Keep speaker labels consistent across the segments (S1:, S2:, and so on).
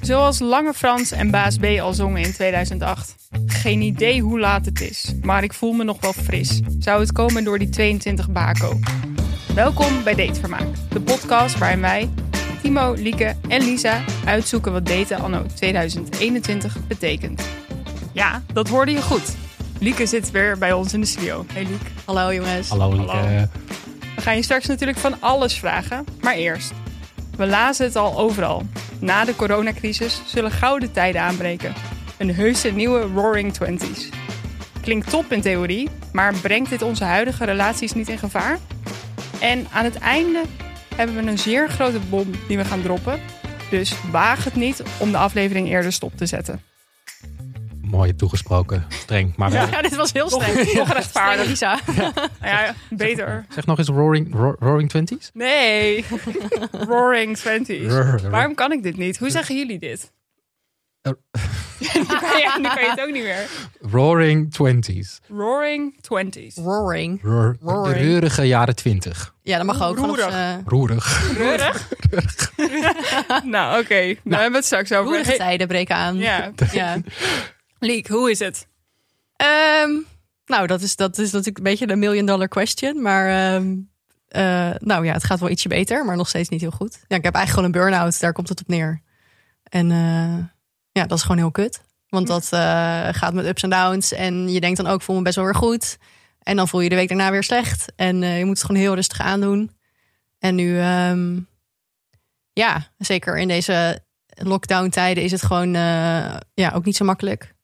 S1: Zoals Lange Frans en Baas B al zongen in 2008. Geen idee hoe laat het is, maar ik voel me nog wel fris. Zou het komen door die 22 bako? Welkom bij Datevermaak, de podcast waarin wij, Timo, Lieke en Lisa, uitzoeken wat daten anno 2021 betekent. Ja, dat hoorde je goed. Lieke zit weer bij ons in de studio. Hey Lieke.
S2: Hallo jongens.
S3: Hallo, Eh, Lieke.
S1: Hallo. We gaan je straks natuurlijk van alles vragen, maar eerst. We lazen het al overal. Na de coronacrisis zullen gouden tijden aanbreken. Een heuse nieuwe Roaring Twenties. Klinkt top in theorie, maar brengt dit onze huidige relaties niet in gevaar? En aan het einde hebben we een zeer grote bom die we gaan droppen. Dus waag het niet om de aflevering eerder stop te zetten.
S3: Mooi toegesproken. Streng. Maar wel.
S1: Ja, dit was heel streng. Toch rechtvaardig.
S2: Lisa.
S1: Nou ja, beter.
S3: Zeg nog eens Roaring, Ro- roaring Twenties.
S1: Nee. Roaring Twenties. Waarom kan ik dit niet? Hoe zeggen jullie dit?
S3: Eh.
S1: nu, kan je, nu kan je het ook niet meer.
S3: Roaring Twenties.
S1: Roaring Twenties.
S2: Roaring.
S3: Roar-
S2: Roaring.
S3: De reurige jaren twintig.
S2: Ja, dat mag ook. Vanaf,
S1: Roerig.
S2: eh,
S3: Roerig.
S1: Reurig? nou, oké. Nou, we hebben we het straks over.
S2: roerige
S1: Hey,
S2: tijden breken aan.
S1: Ja.
S2: Ja.
S1: Liek, hoe is het?
S2: Ehm, nou, dat is, dat is natuurlijk een beetje de million dollar question. Maar ehm, eh, nou ja, het gaat wel ietsje beter, maar nog steeds niet heel goed. Ja, ik heb eigenlijk gewoon een burn-out. Daar komt het op neer. En eh, ja, dat is gewoon heel kut.
S1: Hm.
S2: Want dat eh, gaat met ups en downs. En je denkt dan ook, ik voel me best wel weer goed. En dan voel je de week daarna weer slecht. En eh, je moet het gewoon heel rustig aandoen. En nu, ehm, ja, zeker in deze lockdown tijden is het gewoon eh, ja, ook niet zo makkelijk.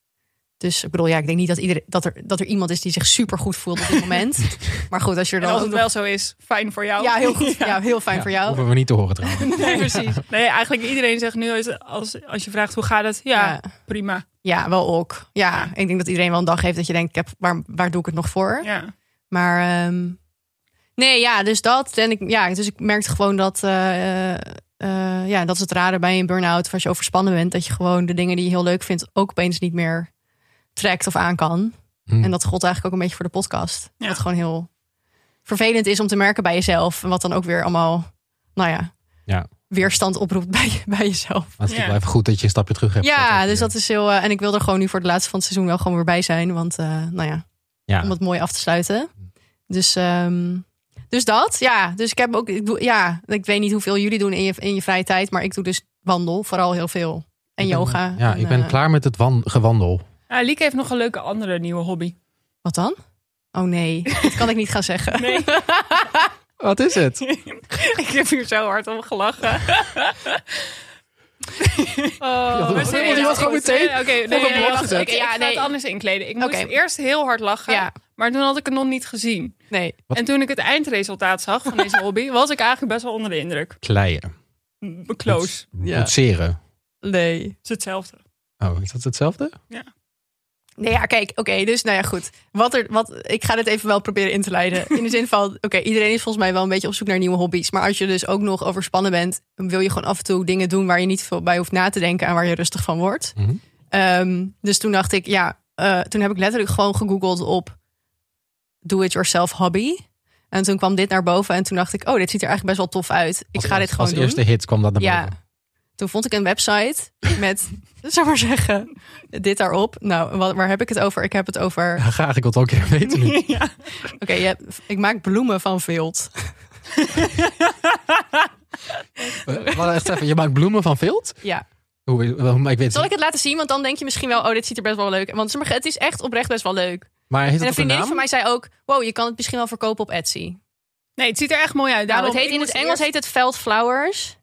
S2: Dus ik bedoel, ja, ik denk niet dat, iedereen, dat, er, dat er iemand is die zich super goed voelt op dit moment. maar goed, als je er
S1: En
S2: dan
S1: als
S2: ook
S1: het wel zo is, fijn voor jou.
S2: ja, heel goed. Ja, heel fijn voor jou.
S3: Hoeven we niet te horen trouwens.
S1: Nee, precies. Nee, eigenlijk iedereen zegt nu, als- als, als je vraagt hoe gaat het, ja,
S2: Ja.
S1: prima.
S2: Ja, wel ook. Ja, ik denk dat iedereen wel een dag heeft dat je denkt, ik heb, waar, waar doe ik het nog voor?
S1: Ja.
S2: Maar ehm, nee, ja, dus dat. En ik, ja, dus ik merkte gewoon dat, eh, eh, ja, dat is het rare bij een burn-out. of Als je overspannen bent, dat je gewoon de dingen die je heel leuk vindt ook opeens niet meer trekt of aan kan.
S3: Hmm.
S2: En dat gold eigenlijk ook een beetje voor de podcast.
S1: Ja.
S2: Wat gewoon heel vervelend is om te merken bij jezelf. En wat dan ook weer allemaal, nou ja,
S3: Ja.
S2: weerstand oproept bij, bij jezelf.
S3: Maar het is
S1: Ja.
S3: wel even goed dat je een stapje terug hebt.
S2: Ja,
S3: gezet.
S2: dus dat is heel. eh, en ik wil er gewoon nu voor het laatste van het seizoen wel gewoon weer bij zijn. Want, eh, nou ja,
S3: Ja.
S2: om het mooi af te sluiten. Dus, ehm, dus dat, ja. Dus ik heb ook. Ik doe, ja, ik weet niet hoeveel jullie doen in je, in je vrije tijd. Maar ik doe dus wandel, vooral heel veel. En
S3: Ik ben-
S2: yoga.
S3: Ja,
S2: en,
S3: ik ben
S2: eh,
S3: klaar met het wan- gewandel.
S1: Ah, Lieke heeft nog een leuke andere nieuwe hobby.
S2: Wat dan? Oh nee, dat kan ik niet gaan zeggen.
S1: Nee.
S3: Wat is het?
S1: Ik heb hier zo hard om gelachen. Oh,
S3: dat-
S1: sorry,
S2: dat
S1: dat
S3: gewoon
S2: was
S1: goed.
S3: meteen
S1: Nee, Oké, nee,
S3: op
S1: nee,
S3: blok
S1: wacht,
S3: gezet.
S1: ik- ik
S2: Ja,
S1: ga het
S2: nee.
S1: anders inkleden. Ik moest
S2: Oké.
S1: eerst heel hard lachen,
S2: Ja.
S1: maar toen had ik het nog niet gezien.
S2: Nee.
S3: Wat?
S1: En toen ik het eindresultaat zag van deze hobby, was ik eigenlijk best wel onder de indruk.
S3: Kleien.
S1: M-
S3: Mm,
S1: Close.
S2: Ja.
S3: Boetseren.
S2: Nee.
S1: Het is hetzelfde.
S3: Oh, is dat hetzelfde?
S2: Nee, ja, kijk, oké, dus nou ja, goed. Wat er, wat, ik ga dit even wel proberen in te leiden. In de zin van, oké, iedereen is volgens mij wel een beetje op zoek naar nieuwe hobby's. Maar als je dus ook nog overspannen bent, wil je gewoon af en toe dingen doen waar je niet veel bij hoeft na te denken en waar je rustig van wordt.
S3: Mhm.
S2: Ehm, dus toen dacht ik, ja, eh, toen heb ik letterlijk gewoon gegoogeld op do-it-yourself hobby. En toen kwam dit naar boven en toen dacht ik, oh, dit ziet er eigenlijk best wel tof uit. Ik
S3: Als-
S2: ga dit
S3: als-
S2: gewoon
S3: Als
S2: doen.
S3: eerste hit kwam dat naar
S2: Ja.
S3: boven.
S2: Toen vond ik een website met, zou maar zeggen, dit daarop. Nou, wa- waar heb ik het over? Ik heb het over
S3: Ja, Graag, ik wil het ook een keer weten nu.
S1: ja.
S2: Oké, je hebt- ik maak bloemen van vilt.
S3: Eh, wacht echt even, je maakt bloemen van vilt?
S2: Ja.
S3: Hoe, hoe- maar ik weet
S2: Zal
S3: het
S2: ik het laten zien? Want dan denk je misschien wel, oh, dit ziet er best wel leuk uit. Want sommige- het is echt oprecht best wel leuk.
S3: Maar heeft het
S2: En een
S3: ook een
S2: vriendin
S3: naam?
S2: van mij zei ook, wow, je kan het misschien wel verkopen op Etsy.
S1: Nee, het ziet er echt mooi uit.
S2: Nou,
S1: Daarom,
S2: het heet,
S1: ik
S2: in het
S1: moest
S2: Engels
S1: eerst-
S2: heet het veld flowers.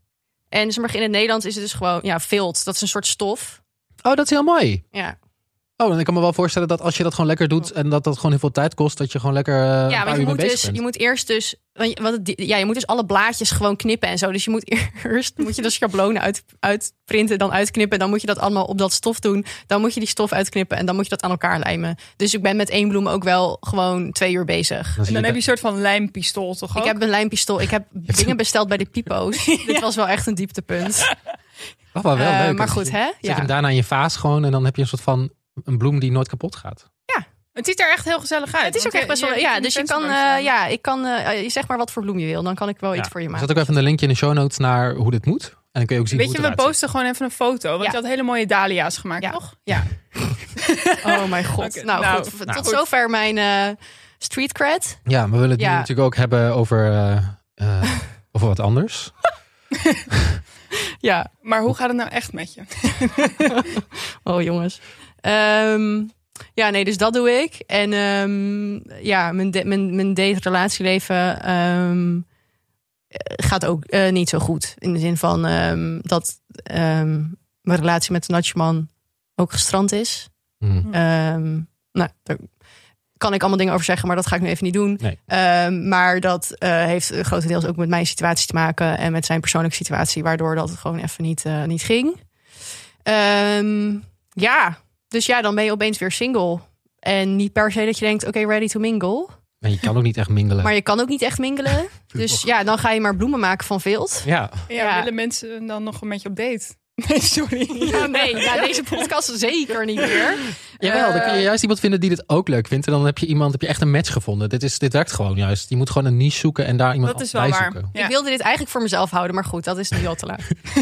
S2: En sommige in het Nederlands is het dus gewoon, ja, vilt. Dat is een soort stof.
S3: Oh, dat is heel mooi.
S2: Ja,
S3: Oh, en ik kan me wel voorstellen dat als je dat gewoon lekker doet en dat dat gewoon heel veel tijd kost, dat je gewoon lekker eh, een
S2: ja
S3: paar
S2: want
S3: uur
S2: je
S3: mee
S2: moet,
S3: bezig
S2: dus,
S3: bent.
S2: je moet eerst dus, want je- want het- ja, je moet dus alle blaadjes gewoon knippen en zo. Dus je moet eerst, moet je dus schablonen uit, uitprinten, dan uitknippen. Dan moet je dat allemaal op dat stof doen. Dan moet je die stof uitknippen en dan moet je dat aan elkaar lijmen. Dus ik ben met één bloem ook wel gewoon twee uur bezig.
S3: Dan zie
S1: En dan
S3: je
S1: heb je een soort van lijmpistool toch ook?
S2: Ik heb een lijmpistool. Ik heb dingen besteld bij de pipo's. Dit was wel echt een dieptepunt.
S3: dat- Oh, wel
S2: Eh,
S3: leuk.
S2: maar
S3: Dan
S2: goed,
S3: zet je-
S2: hè?
S3: Zet je hem
S2: Ja.
S3: daarna in je vaas gewoon en dan heb je een soort van een bloem die nooit kapot gaat.
S1: Het ziet er echt heel gezellig uit.
S2: Het is ook
S1: want
S2: echt
S1: je-
S2: best wel.
S1: hebt
S2: Ja,
S1: het
S2: dus je
S1: in de
S2: kan,
S1: vensterbank
S2: eh,
S1: staan.
S2: ja, ik kan, eh, zeg maar wat voor bloem je wil. Dan kan ik wel
S3: Ja.
S2: iets voor je
S3: Er
S2: maken.
S3: Zet ook even een linkje in de show notes naar hoe dit moet. En dan kun je ook zien
S1: Weet
S3: hoe
S1: je,
S3: het
S1: we
S3: eruit ziet.
S1: posten gewoon even een foto. Want
S2: Ja.
S1: je had hele mooie dahlia's gemaakt,
S2: Ja.
S1: toch?
S2: Ja. oh mijn god.
S1: Oké,
S2: nou,
S1: nou,
S2: goed. Tot
S3: nou, goed.
S2: zover mijn eh, street cred.
S3: Ja, maar we willen het
S2: Ja.
S3: nu natuurlijk ook hebben over, eh, eh, over wat anders.
S2: Ja.
S1: Maar hoe gaat het nou echt met je?
S2: Oh jongens. Ehm, ja, nee, dus dat doe ik. En ehm, ja, mijn, da- mijn, mijn date-relatieleven ehm, eh, gaat ook eh, niet zo goed. In de zin van ehm, dat ehm, mijn relatie met de Natjeman ook gestrand is.
S3: Hm.
S2: Ehm, nou, daar kan ik allemaal dingen over zeggen, maar dat ga ik nu even niet doen.
S3: Nee.
S2: Ehm, maar dat eh, heeft grotendeels ook met mijn situatie te maken en met zijn persoonlijke situatie, waardoor dat het gewoon even niet, eh, niet ging. Ehm, ja, dus ja, dan ben je opeens weer single. En niet per se dat je denkt, oké, ready to mingle.
S3: En je kan ook niet echt mingelen.
S2: Maar je kan ook niet echt mingelen. Dus ja, dan ga je maar bloemen maken van vilt.
S3: Ja,
S1: Ja,
S2: Ja.
S1: willen mensen dan nog een beetje op date? Nee, sorry.
S2: Ja, nee, ja, deze podcast zeker niet meer.
S3: Jawel, dan kun
S2: Eh.
S3: je juist iemand vinden die dit ook leuk vindt. En dan heb je iemand, heb je echt een match gevonden. Dit, is, dit werkt gewoon juist. Je moet gewoon een niche zoeken en daar iemand
S1: Dat is wel
S3: bij
S1: waar.
S3: zoeken.
S1: Ja.
S2: Ik wilde dit eigenlijk voor mezelf houden, maar goed, dat is nu al te laat.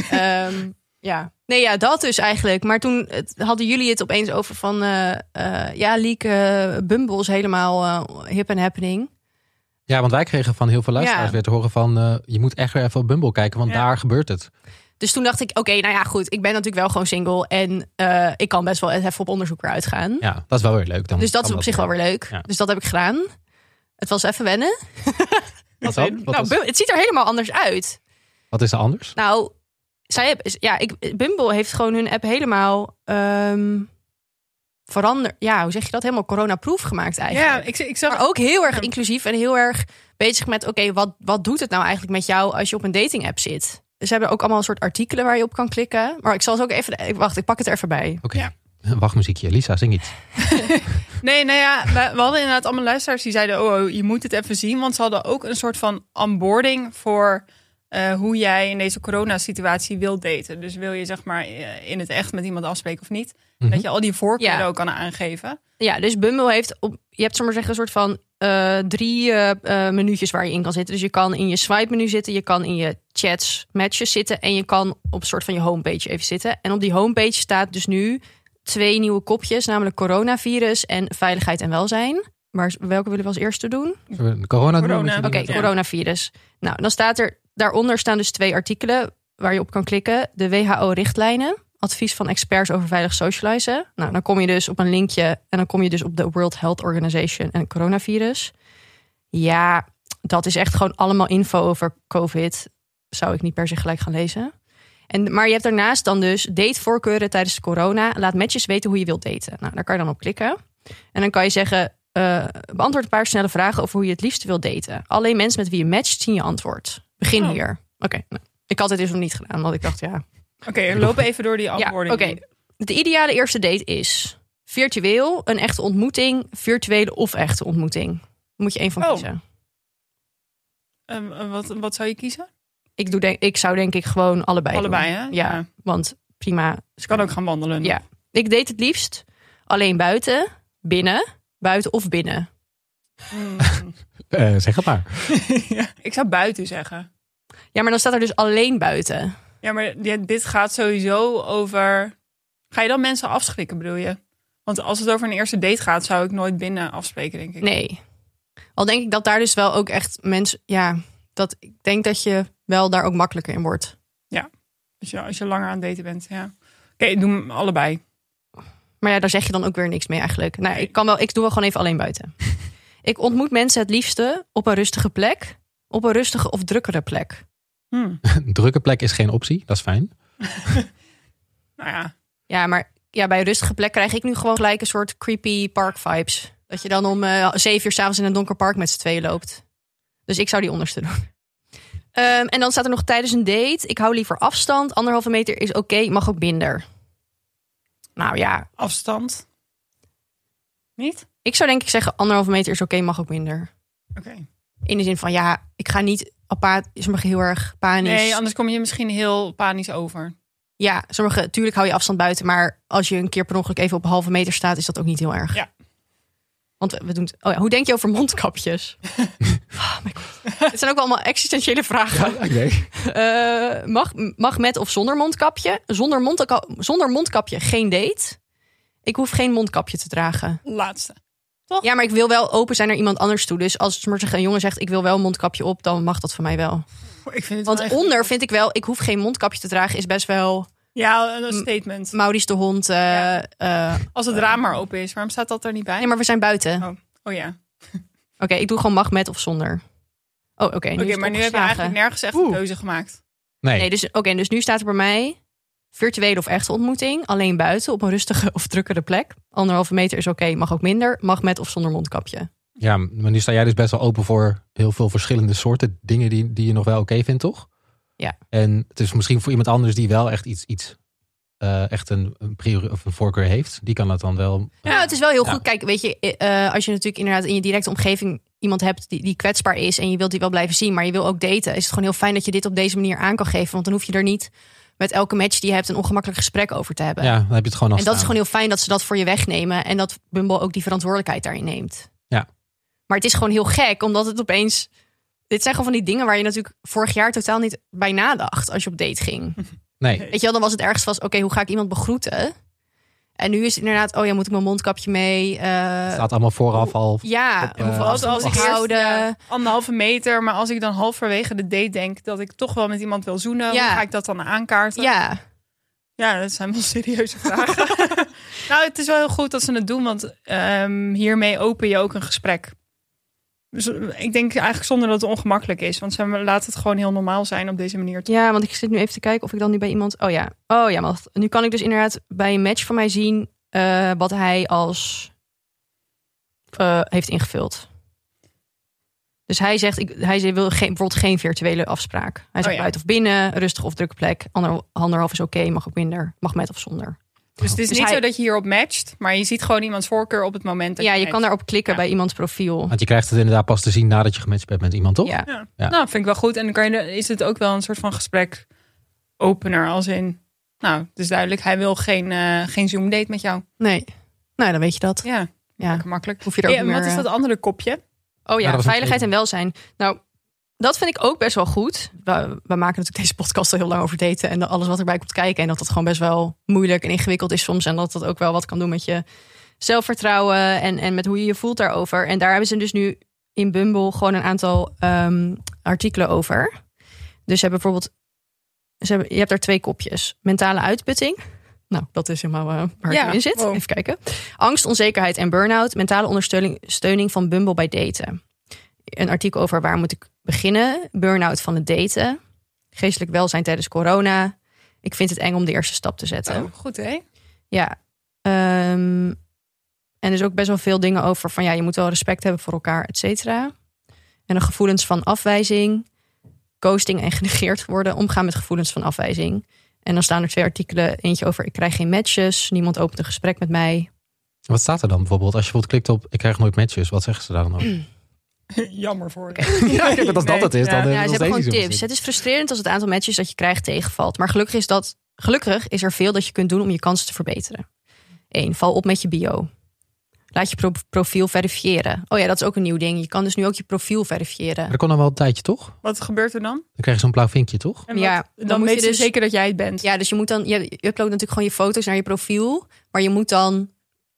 S2: Ehm, ja. Nee, ja, dat dus eigenlijk. Maar toen het- hadden jullie het opeens over van... eh, eh, ja, Liek, eh, Bumble is helemaal eh, hip en happening.
S3: Ja, want wij kregen van heel veel luisteraars
S2: Ja.
S3: weer te horen van... eh, je moet echt weer even op Bumble kijken, want
S1: Ja.
S3: daar gebeurt het.
S2: Dus toen dacht ik, oké, nou ja, goed. Ik ben natuurlijk wel gewoon single. En eh, ik kan best wel even op onderzoek weer uitgaan.
S3: Ja, dat is wel weer leuk. Dan
S2: dus dat
S3: kan
S2: is op zich wel weer leuk.
S3: Ja.
S2: Dus dat heb ik gedaan. Het was even wennen.
S3: Wat, dan? Wat
S2: nou,
S3: is,
S2: Bum- het ziet er helemaal anders uit.
S3: wat is er anders?
S2: Nou, zij hebben, ja, ik, Bumble heeft gewoon hun app helemaal ehm veranderd. Ja, hoe zeg je dat? Helemaal coronaproof gemaakt eigenlijk.
S1: Ja, ik, ik zag
S2: maar ook heel erg
S1: Ja.
S2: inclusief en heel erg bezig met... oké, wat, wat doet het nou eigenlijk met jou als je op een dating app zit? Ze hebben ook allemaal een soort artikelen waar je op kan klikken. Maar ik zal ze ook even... ik- Wacht, ik pak het er even bij.
S3: Oké, wachtmuziekje. Lisa, zing iets.
S1: Nee, nou ja, we, we hadden inderdaad allemaal luisteraars die zeiden: oh, oh, je moet het even zien. Want ze hadden ook een soort van onboarding voor eh, hoe jij in deze coronasituatie wilt daten. Dus wil je zeg maar eh, in het echt met iemand afspreken of niet?
S3: Mhm.
S1: Dat je al die voorkeuren
S2: Ja.
S1: ook kan aangeven.
S2: Ja, dus Bumble heeft, op, je hebt zomaar zeggen, een soort van eh, drie eh eh, menu'tjes waar je in kan zitten. Dus je kan in je swipe menu zitten, je kan in je chats matches zitten en je kan op een soort van je homepage even zitten. En op die homepage staat dus nu twee nieuwe kopjes, namelijk coronavirus en veiligheid en welzijn. Maar welke willen we als eerste doen?
S3: Zullen we de Corona doen?
S1: Corona.
S3: Moet je doen
S2: Oké,
S3: met-
S1: Ja.
S2: coronavirus. Nou, dan staat er, daaronder staan dus twee artikelen waar je op kan klikken. De WHO-richtlijnen, advies van experts over veilig socializen. Nou, dan kom je dus op een linkje en dan kom je dus op de World Health Organization en het coronavirus. Ja, dat is echt gewoon allemaal info over COVID. Zou ik niet per se gelijk gaan lezen. En, maar je hebt daarnaast dan dus datevoorkeuren tijdens corona. Laat matches weten hoe je wilt daten. Nou, daar kan je dan op klikken. En dan kan je zeggen, eh, beantwoord een paar snelle vragen over hoe je het liefst wilt daten. Alleen mensen met wie je matcht zien je antwoord. Begin
S1: Oh.
S2: hier. Oké, nou, ik had dit dus nog niet gedaan, want ik dacht ja.
S1: Oké, we lopen even door die
S2: Ja,
S1: onboarding.
S2: oké. De ideale eerste date is virtueel, een echte ontmoeting, virtuele of echte ontmoeting. Moet je één van
S1: Oh.
S2: kiezen.
S1: Ehm, eh, wat, wat zou je kiezen?
S2: Ik, doe denk, ik zou denk ik gewoon allebei. doen.
S1: Allebei, hè?
S2: Ja, want prima.
S1: Ze kan ook gaan wandelen.
S2: Ja. Ik date het liefst alleen buiten, binnen, buiten of binnen.
S1: Mm.
S3: Eh, zeg het maar.
S1: Ja. Ik zou buiten zeggen.
S2: Ja, maar dan staat er dus alleen buiten.
S1: Ja, maar dit- dit gaat sowieso over. Ga je dan mensen afschrikken, bedoel je? Want als het over een eerste date gaat, zou ik nooit binnen afspreken, denk ik.
S2: Nee. Al denk ik dat daar dus wel ook echt mensen. Ja, dat ik denk dat je wel daar ook makkelijker in wordt.
S1: Als je, als je langer aan het daten bent, ja. Oké, doe hem allebei.
S2: Maar ja, daar zeg je dan ook weer niks mee eigenlijk. Nou,
S1: Nee.
S2: ik kan wel, ik doe wel gewoon even alleen buiten. ik ontmoet mensen het liefste op een rustige plek, op een rustige of drukkere plek.
S1: Hmm.
S3: Drukke plek is geen optie. Dat is fijn.
S1: Nou ja,
S2: Ja, maar ja, bij een rustige plek krijg ik nu gewoon gelijk een soort creepy park vibes. Dat je dan om eh, zeven uur s'avonds in een donker park met z'n tweeën loopt. Dus ik zou die onderste doen. Ehm, en dan staat er nog tijdens een date. Ik hou liever afstand. Anderhalve meter is oké, mag ook minder. Nou ja,
S1: afstand. Niet?
S2: ik zou denk ik zeggen anderhalve meter is oké, mag ook minder.
S1: Oké.
S2: In de zin van ja, ik ga niet apathisch, sommige heel erg panisch.
S1: Nee, anders kom je misschien heel panisch over.
S2: Ja, sommige, tuurlijk hou je afstand buiten, maar als je een keer per ongeluk even op een halve meter staat, is dat ook niet heel erg.
S1: Ja.
S2: Want we we doen. het- Oh ja, hoe denk je over mondkapjes? oh my god. Het zijn ook allemaal existentiële vragen.
S3: Ja, ik weet.
S2: Eh, mag, mag met of zonder mondkapje? Zonder, mondka- zonder mondkapje geen date. Ik hoef geen mondkapje te dragen.
S1: Laatste.
S2: Ja, maar ik wil wel open zijn naar iemand anders toe. Dus als maar een jongen zegt: Ik wil wel een mondkapje op, dan mag dat van mij wel.
S1: Ik vind het wel
S2: Want
S1: echt-
S2: onder vind ik wel: Ik hoef geen mondkapje te dragen, is best wel.
S1: Ja, een statement.
S2: Maurice de Hond. eh,
S1: Ja.
S2: eh,
S1: Als het raam maar open is, waarom staat dat er niet bij?
S2: Ah, nee, maar we zijn buiten. Oké,
S1: Oh ja.
S2: ik doe gewoon mag met of zonder. Oh, oké.
S1: Oké,
S2: is het
S1: maar nu heb je
S2: opgeslagen.
S1: eigenlijk nergens echt
S3: Oeh.
S1: een keuze gemaakt.
S3: Nee.
S2: Nee, dus, oké, dus nu staat er bij mij virtuele of echte ontmoeting. Alleen buiten op een rustige of drukkere plek. Anderhalve meter is oké, mag ook minder. Mag met of zonder mondkapje.
S3: Ja, maar nu sta jij dus best wel open voor heel veel verschillende soorten dingen die, die je nog wel oké vindt, toch?
S2: Ja.
S3: En het is misschien voor iemand anders die wel echt iets, iets eh, echt een, een, priori- of een voorkeur heeft, die kan dat dan wel.
S2: Ja, Nou, het is wel heel
S3: Ja.
S2: goed. Kijk, weet je, eh, als je natuurlijk inderdaad in je directe omgeving iemand hebt die, die kwetsbaar is en je wilt die wel blijven zien, maar je wil ook daten, is het gewoon heel fijn dat je dit op deze manier aan kan geven. Want dan hoef je er niet met elke match die je hebt een ongemakkelijk gesprek over te hebben.
S3: Ja, dan heb je het gewoon al
S2: En dat is
S3: staan.
S2: gewoon heel fijn dat ze dat voor je wegnemen. En dat Bumble ook die verantwoordelijkheid daarin neemt.
S3: Ja.
S2: Maar het is gewoon heel gek, omdat het opeens... Dit zijn gewoon van die dingen waar je natuurlijk vorig jaar totaal niet bij nadacht als je op date ging.
S3: Nee,
S2: Weet je wel, dan was het ergens vast, oké, hoe ga ik iemand begroeten? En nu is het inderdaad, oh ja, moet ik mijn mondkapje mee? Eh,
S3: het staat allemaal vooraf al.
S2: ja,
S3: op, eh,
S2: hoeveel
S3: Als-
S2: afstand
S3: als
S2: moet
S3: ik
S2: ik
S1: eerst,
S2: houden?
S1: ja, anderhalve meter, maar als ik dan halverwege de date denk dat ik toch wel met iemand wil zoenen,
S2: Ja.
S1: hoe ga ik dat dan aankaarten?
S2: ja.
S1: Ja, dat zijn wel serieuze vragen. nou, het is wel heel goed dat ze het doen, want ehm, hiermee open je ook een gesprek. Dus eh, ik denk eigenlijk zonder dat het ongemakkelijk is, want ze laten het gewoon heel normaal zijn op deze manier.
S2: Ja, want ik zit nu even te kijken of ik dan nu bij iemand. Oh ja, oh ja, maar wacht. nu kan ik dus inderdaad bij een match van mij zien eh, wat hij als eh, heeft ingevuld. Dus hij zegt, ik, hij zegt, wil geen, bijvoorbeeld geen virtuele afspraak. Hij zegt
S1: Oh ja.
S2: buiten of binnen, rustig of drukke plek. Ander, anderhalf is oké, mag ook minder, mag met of zonder.
S1: Dus het is
S2: Dus
S1: niet
S2: hij-
S1: zo dat je hierop matcht, maar je ziet gewoon iemands voorkeur op het moment. Dat
S2: ja, je kan
S1: matcht.
S2: daarop klikken
S1: Ja.
S2: bij iemands profiel.
S3: Want je krijgt het inderdaad pas te zien nadat je gematcht bent met iemand, toch?
S2: Ja.
S1: Ja.
S3: Ja.
S1: Nou, vind ik wel goed. En dan kan je, de- is het ook wel een soort van gesprek opener, als in. Nou, het is duidelijk, hij wil geen, eh geen Zoom date met jou.
S2: Nee, nou dan weet je dat.
S1: Ja,
S2: Ja.
S1: lekker makkelijk.
S2: Hoef je er ook eh,
S1: Ja, en
S2: niet
S1: wat
S2: meer,
S1: is dat andere kopje?
S2: Oh
S3: Ja,
S2: ja,
S3: dat was een
S2: veiligheid en welzijn. Nou, dat vind ik ook best wel goed. We, we maken natuurlijk deze podcast al heel lang over daten en alles wat erbij komt kijken. En dat dat gewoon best wel moeilijk en ingewikkeld is soms. En dat dat ook wel wat kan doen met je zelfvertrouwen en, en met hoe je je voelt daarover. En daar hebben ze dus nu in Bumble gewoon een aantal ehm, artikelen over. Dus ze hebben bijvoorbeeld, ze hebben, je hebt daar twee kopjes. Mentale uitputting. Nou, dat is helemaal eh, waar het
S1: Ja,
S2: nu in zit.
S1: wow.
S2: Even kijken. Angst, onzekerheid en burn-out. Mentale ondersteuning steuning van Bumble bij daten. Een artikel over waar moet ik beginnen. Burn-out van het daten. Geestelijk welzijn tijdens corona. Ik vind het eng om de eerste stap te zetten.
S1: Oh, goed hè?
S2: Ja. Ehm, en dus ook best wel veel dingen over van ja, je moet wel respect hebben voor elkaar, et cetera. En de gevoelens van afwijzing, coasting en genegeerd worden, omgaan met gevoelens van afwijzing. En dan staan er twee artikelen, eentje over ik krijg geen matches, niemand opent een gesprek met mij.
S3: Wat staat er dan bijvoorbeeld? Als je bijvoorbeeld klikt op ik krijg nooit matches, wat zeggen ze daar dan over?
S2: Mm.
S1: Jammer voor je.
S3: Ja, kijk, want als dat
S1: Nee,
S3: het is,
S1: ja.
S3: dan eh,
S2: Ja,
S3: nog
S2: nou, ze hebben
S3: steeds
S2: gewoon
S3: niet zo
S2: tips.
S3: misschien.
S2: Het is frustrerend als het aantal matches dat je krijgt tegenvalt. Maar gelukkig is, dat, gelukkig is er veel dat je kunt doen om je kansen te verbeteren. 1. Val op met je bio. Laat je pro- profiel verifiëren. Oh ja, dat is ook een nieuw ding. Je kan dus nu ook je profiel verifiëren.
S3: Maar dat kon dan wel een tijdje, toch?
S1: Wat gebeurt er dan?
S3: Dan krijg je zo'n blauw vinkje, toch?
S1: En wat-
S2: Ja,
S1: dan,
S2: dan moet
S1: weet
S2: je
S1: je
S2: dus-
S1: zeker dat jij het bent.
S2: Ja, dus je moet dan. Je, je uploadt natuurlijk gewoon je foto's naar je profiel. Maar je moet dan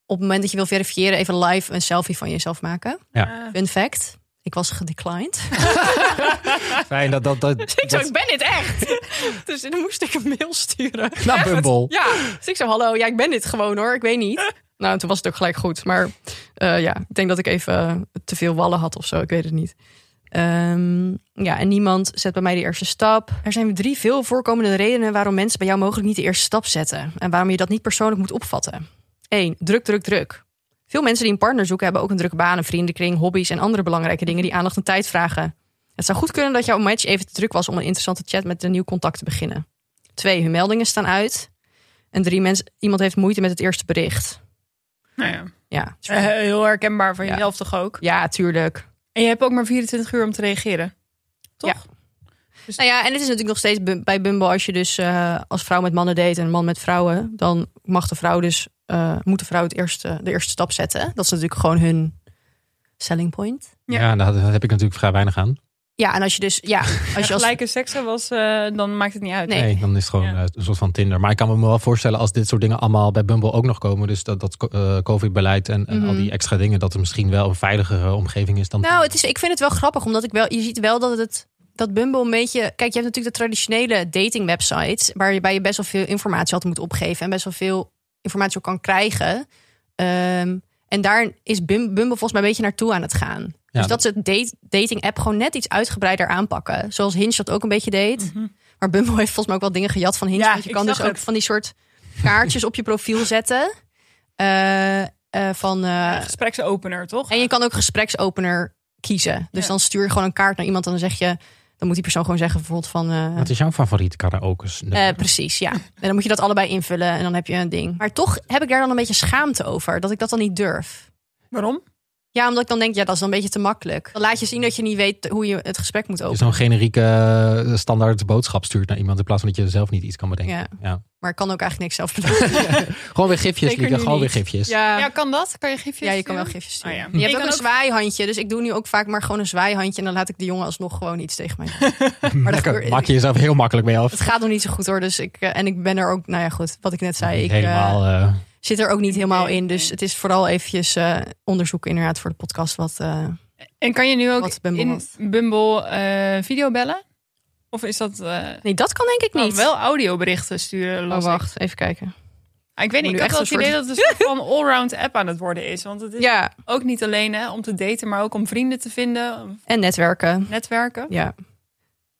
S2: op het moment dat je wil verifiëren, even live een selfie van jezelf maken.
S1: Eh,
S2: Fun fact. Ik was gedeclined.
S3: Fijn dat dat. dat,
S2: ik zo, ik ben dit echt. dus dan moest ik een mail sturen.
S3: Nou, Bumble.
S2: Ja, dus ik zo, hallo, ja, ik ben dit gewoon hoor, ik weet niet. Nou, en toen was het ook gelijk goed. Maar eh, ja, ik denk dat ik even eh, te veel wallen had of zo, ik weet het niet. Ehm, ja, en niemand zet bij mij de eerste stap. Er zijn drie veel voorkomende redenen waarom mensen bij jou mogelijk niet de eerste stap zetten. En waarom je dat niet persoonlijk moet opvatten. 1. Druk, druk, druk. Veel mensen die een partner zoeken hebben ook een drukke baan, een vriendenkring, hobby's en andere belangrijke dingen die aandacht en tijd vragen. Het zou goed kunnen dat jouw match even te druk was om een interessante chat met een nieuw contact te beginnen. 2. Hun meldingen staan uit. En drie mensen, iemand heeft moeite met het eerste bericht.
S1: nou ja.
S2: Ja,
S1: Eh, heel herkenbaar van
S2: Ja.
S1: jezelf toch ook?
S2: ja tuurlijk.
S1: En je hebt ook maar 24 uur om te reageren. Toch?
S2: Ja. Nou ja, en het is natuurlijk nog steeds bu- bij Bumble, als je dus eh, als vrouw met mannen date en man met vrouwen, dan mag de vrouw dus, eh, moet de vrouw het eerste, de eerste stap zetten. Dat is natuurlijk gewoon hun selling point.
S1: Ja.
S3: Ja, daar, daar heb ik natuurlijk vrij weinig aan.
S2: Ja, en als je dus, ja, als je als
S1: gelijke seks was, eh, dan maakt het niet uit.
S2: Nee.
S3: Nee, dan is het gewoon
S1: Ja.
S3: eh, een soort van Tinder. Maar ik kan me wel voorstellen als dit soort dingen allemaal bij Bumble ook nog komen. Dus dat, dat eh, COVID-beleid en, en al
S2: Mhm.
S3: die extra dingen. Dat er misschien wel een veiligere omgeving is dan
S2: Nou, het is, ik vind het wel grappig, omdat ik wel, je ziet wel dat het. Dat Bumble een beetje. Kijk, je hebt natuurlijk de traditionele dating websites. waarbij je best wel veel informatie had moet opgeven. en best wel veel informatie ook kan krijgen. Ehm, en daar is Bum- Bumble volgens mij een beetje naartoe aan het gaan. dus dat ze het date, dating app gewoon net iets uitgebreider aanpakken. Zoals Hinge dat ook een beetje deed. Maar Bumble heeft volgens mij ook wel dingen gejat van Hinge.
S1: Mhm. Ja,
S2: want je
S1: ik
S2: kan
S1: zag
S2: dus ook
S1: het.
S2: van die soort kaartjes op je profiel zetten. Eh, eh, van eh,
S1: Gespreksopener, toch?
S2: en je kan ook gespreksopener kiezen. Dus
S1: Ja.
S2: dan stuur je gewoon een kaart naar iemand en dan zeg je... dan moet die persoon gewoon zeggen bijvoorbeeld van... eh,
S3: Wat is jouw favoriete karaoke?
S2: eh, precies, ja. En dan moet je dat allebei invullen en dan heb je een ding. Maar toch heb ik daar dan een beetje schaamte over. Dat ik dat dan niet durf.
S1: Waarom?
S2: Ja, omdat ik dan denk, ja, dat is dan een beetje te makkelijk. Dan laat je zien dat je niet weet hoe je het gesprek moet
S3: Dus
S2: openen.
S3: zo'n generieke eh, standaard boodschap stuurt naar iemand. In plaats van dat je zelf niet iets kan bedenken.
S2: Ja.
S3: Ja.
S2: Maar ik kan ook eigenlijk niks zelf bedenken.
S3: Gewoon weer gifjes,
S2: Zeker
S3: Lieke.
S2: nu
S3: Gewoon weer
S2: niet.
S3: gifjes.
S2: Ja.
S1: Ja, kan dat? Kan je gifjes
S2: Ja, je kan wel
S1: sturen?
S2: gifjes sturen.
S1: Oh, ja.
S2: Je
S1: Ik
S2: hebt ook
S1: kan
S2: een
S1: ook-
S2: zwaaihandje. Dus ik doe nu ook vaak maar gewoon een zwaaihandje. En dan laat ik de jongen alsnog gewoon iets tegen mij. doen. Maar dat
S3: Lekker,
S2: gebeurt-
S3: maak je jezelf heel makkelijk mee af.
S2: Het gaat nog niet zo goed hoor. Dus ik, eh, en ik ben er ook, nou ja goed, wat ik net zei. Ik,
S3: Niet
S2: eh,
S3: helemaal. eh,
S2: zit er ook niet helemaal
S1: Nee,
S2: in. Dus
S1: nee.
S2: het is vooral eventjes eh, onderzoek inderdaad voor de podcast. Wat, eh,
S1: En kan je nu ook
S2: Wat Bumble
S1: in
S2: had.
S1: Bumble eh video bellen? Of is dat... eh,
S2: Nee, dat kan denk ik
S1: kan
S2: niet.
S1: wel audioberichten sturen.
S2: Oh,
S1: las ik.
S2: wacht, even kijken.
S1: Ah, ik weet niet,
S2: Moet
S1: ik
S2: nu
S1: had wel het
S2: echt een
S1: idee dat het een soort van allround app aan het worden is. Want het is
S2: Ja,
S1: ook niet alleen hè, om te daten, maar ook om vrienden te vinden,
S2: en netwerken.
S1: netwerken.
S2: Ja.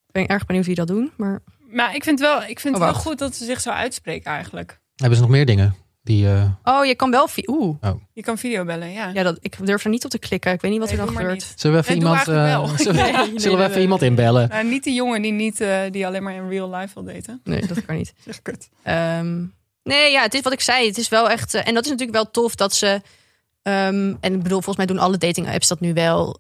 S2: Ik ben erg benieuwd wie dat doen. Maar
S1: Maar ik vind, wel, ik vind
S2: Oh,
S1: het wel
S2: wacht.
S1: goed dat ze zich zo uitspreken eigenlijk.
S3: hebben ze nog meer dingen? Die, eh,
S2: oh, je kan wel via. Oeh.
S1: Je kan video bellen, ja.
S2: Ja, dat, ik durf er niet op te klikken. Ik weet niet wat
S1: Nee,
S2: er dan
S1: doe maar
S2: gebeurt.
S3: zullen we even
S1: Nee, doe
S3: iemand.
S1: eigenlijk wel.
S3: eh, zullen we,
S1: Nee,
S2: nee,
S3: zullen we even
S2: nee,
S3: iemand inbellen?
S1: Nou, niet die jongen die, niet, eh, die alleen maar in real life wil daten.
S2: Nee, dat kan niet.
S1: Zeg kut.
S2: Ehm, nee, ja, het is wat ik zei. Het is wel echt. eh, en dat is natuurlijk wel tof dat ze. ehm, en ik bedoel, volgens mij doen alle dating apps dat nu wel.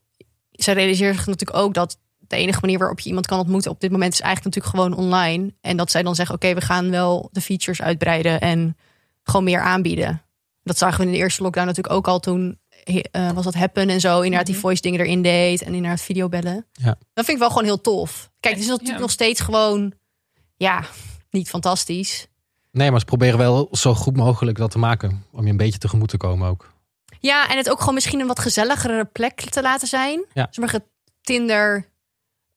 S2: Ze realiseren zich natuurlijk ook dat de enige manier waarop je iemand kan ontmoeten op dit moment is eigenlijk natuurlijk gewoon online. En dat zij dan zeggen: oké, we gaan wel de features uitbreiden en gewoon meer aanbieden. Dat zagen we in de eerste lockdown natuurlijk ook al toen. he- eh, was dat happen en zo. Inderdaad, die
S1: Mhm.
S2: voice dingen erin deed en inderdaad videobellen.
S3: Ja.
S2: Dat vind ik wel gewoon heel tof. Kijk, het is natuurlijk
S1: Ja.
S2: nog steeds gewoon, ja, niet fantastisch.
S3: Nee, maar ze proberen wel zo goed mogelijk dat te maken. Om je een beetje tegemoet te komen ook.
S2: Ja, en het ook gewoon misschien een wat gezelligere plek te laten zijn.
S3: Ja.
S2: Dus maar Tinder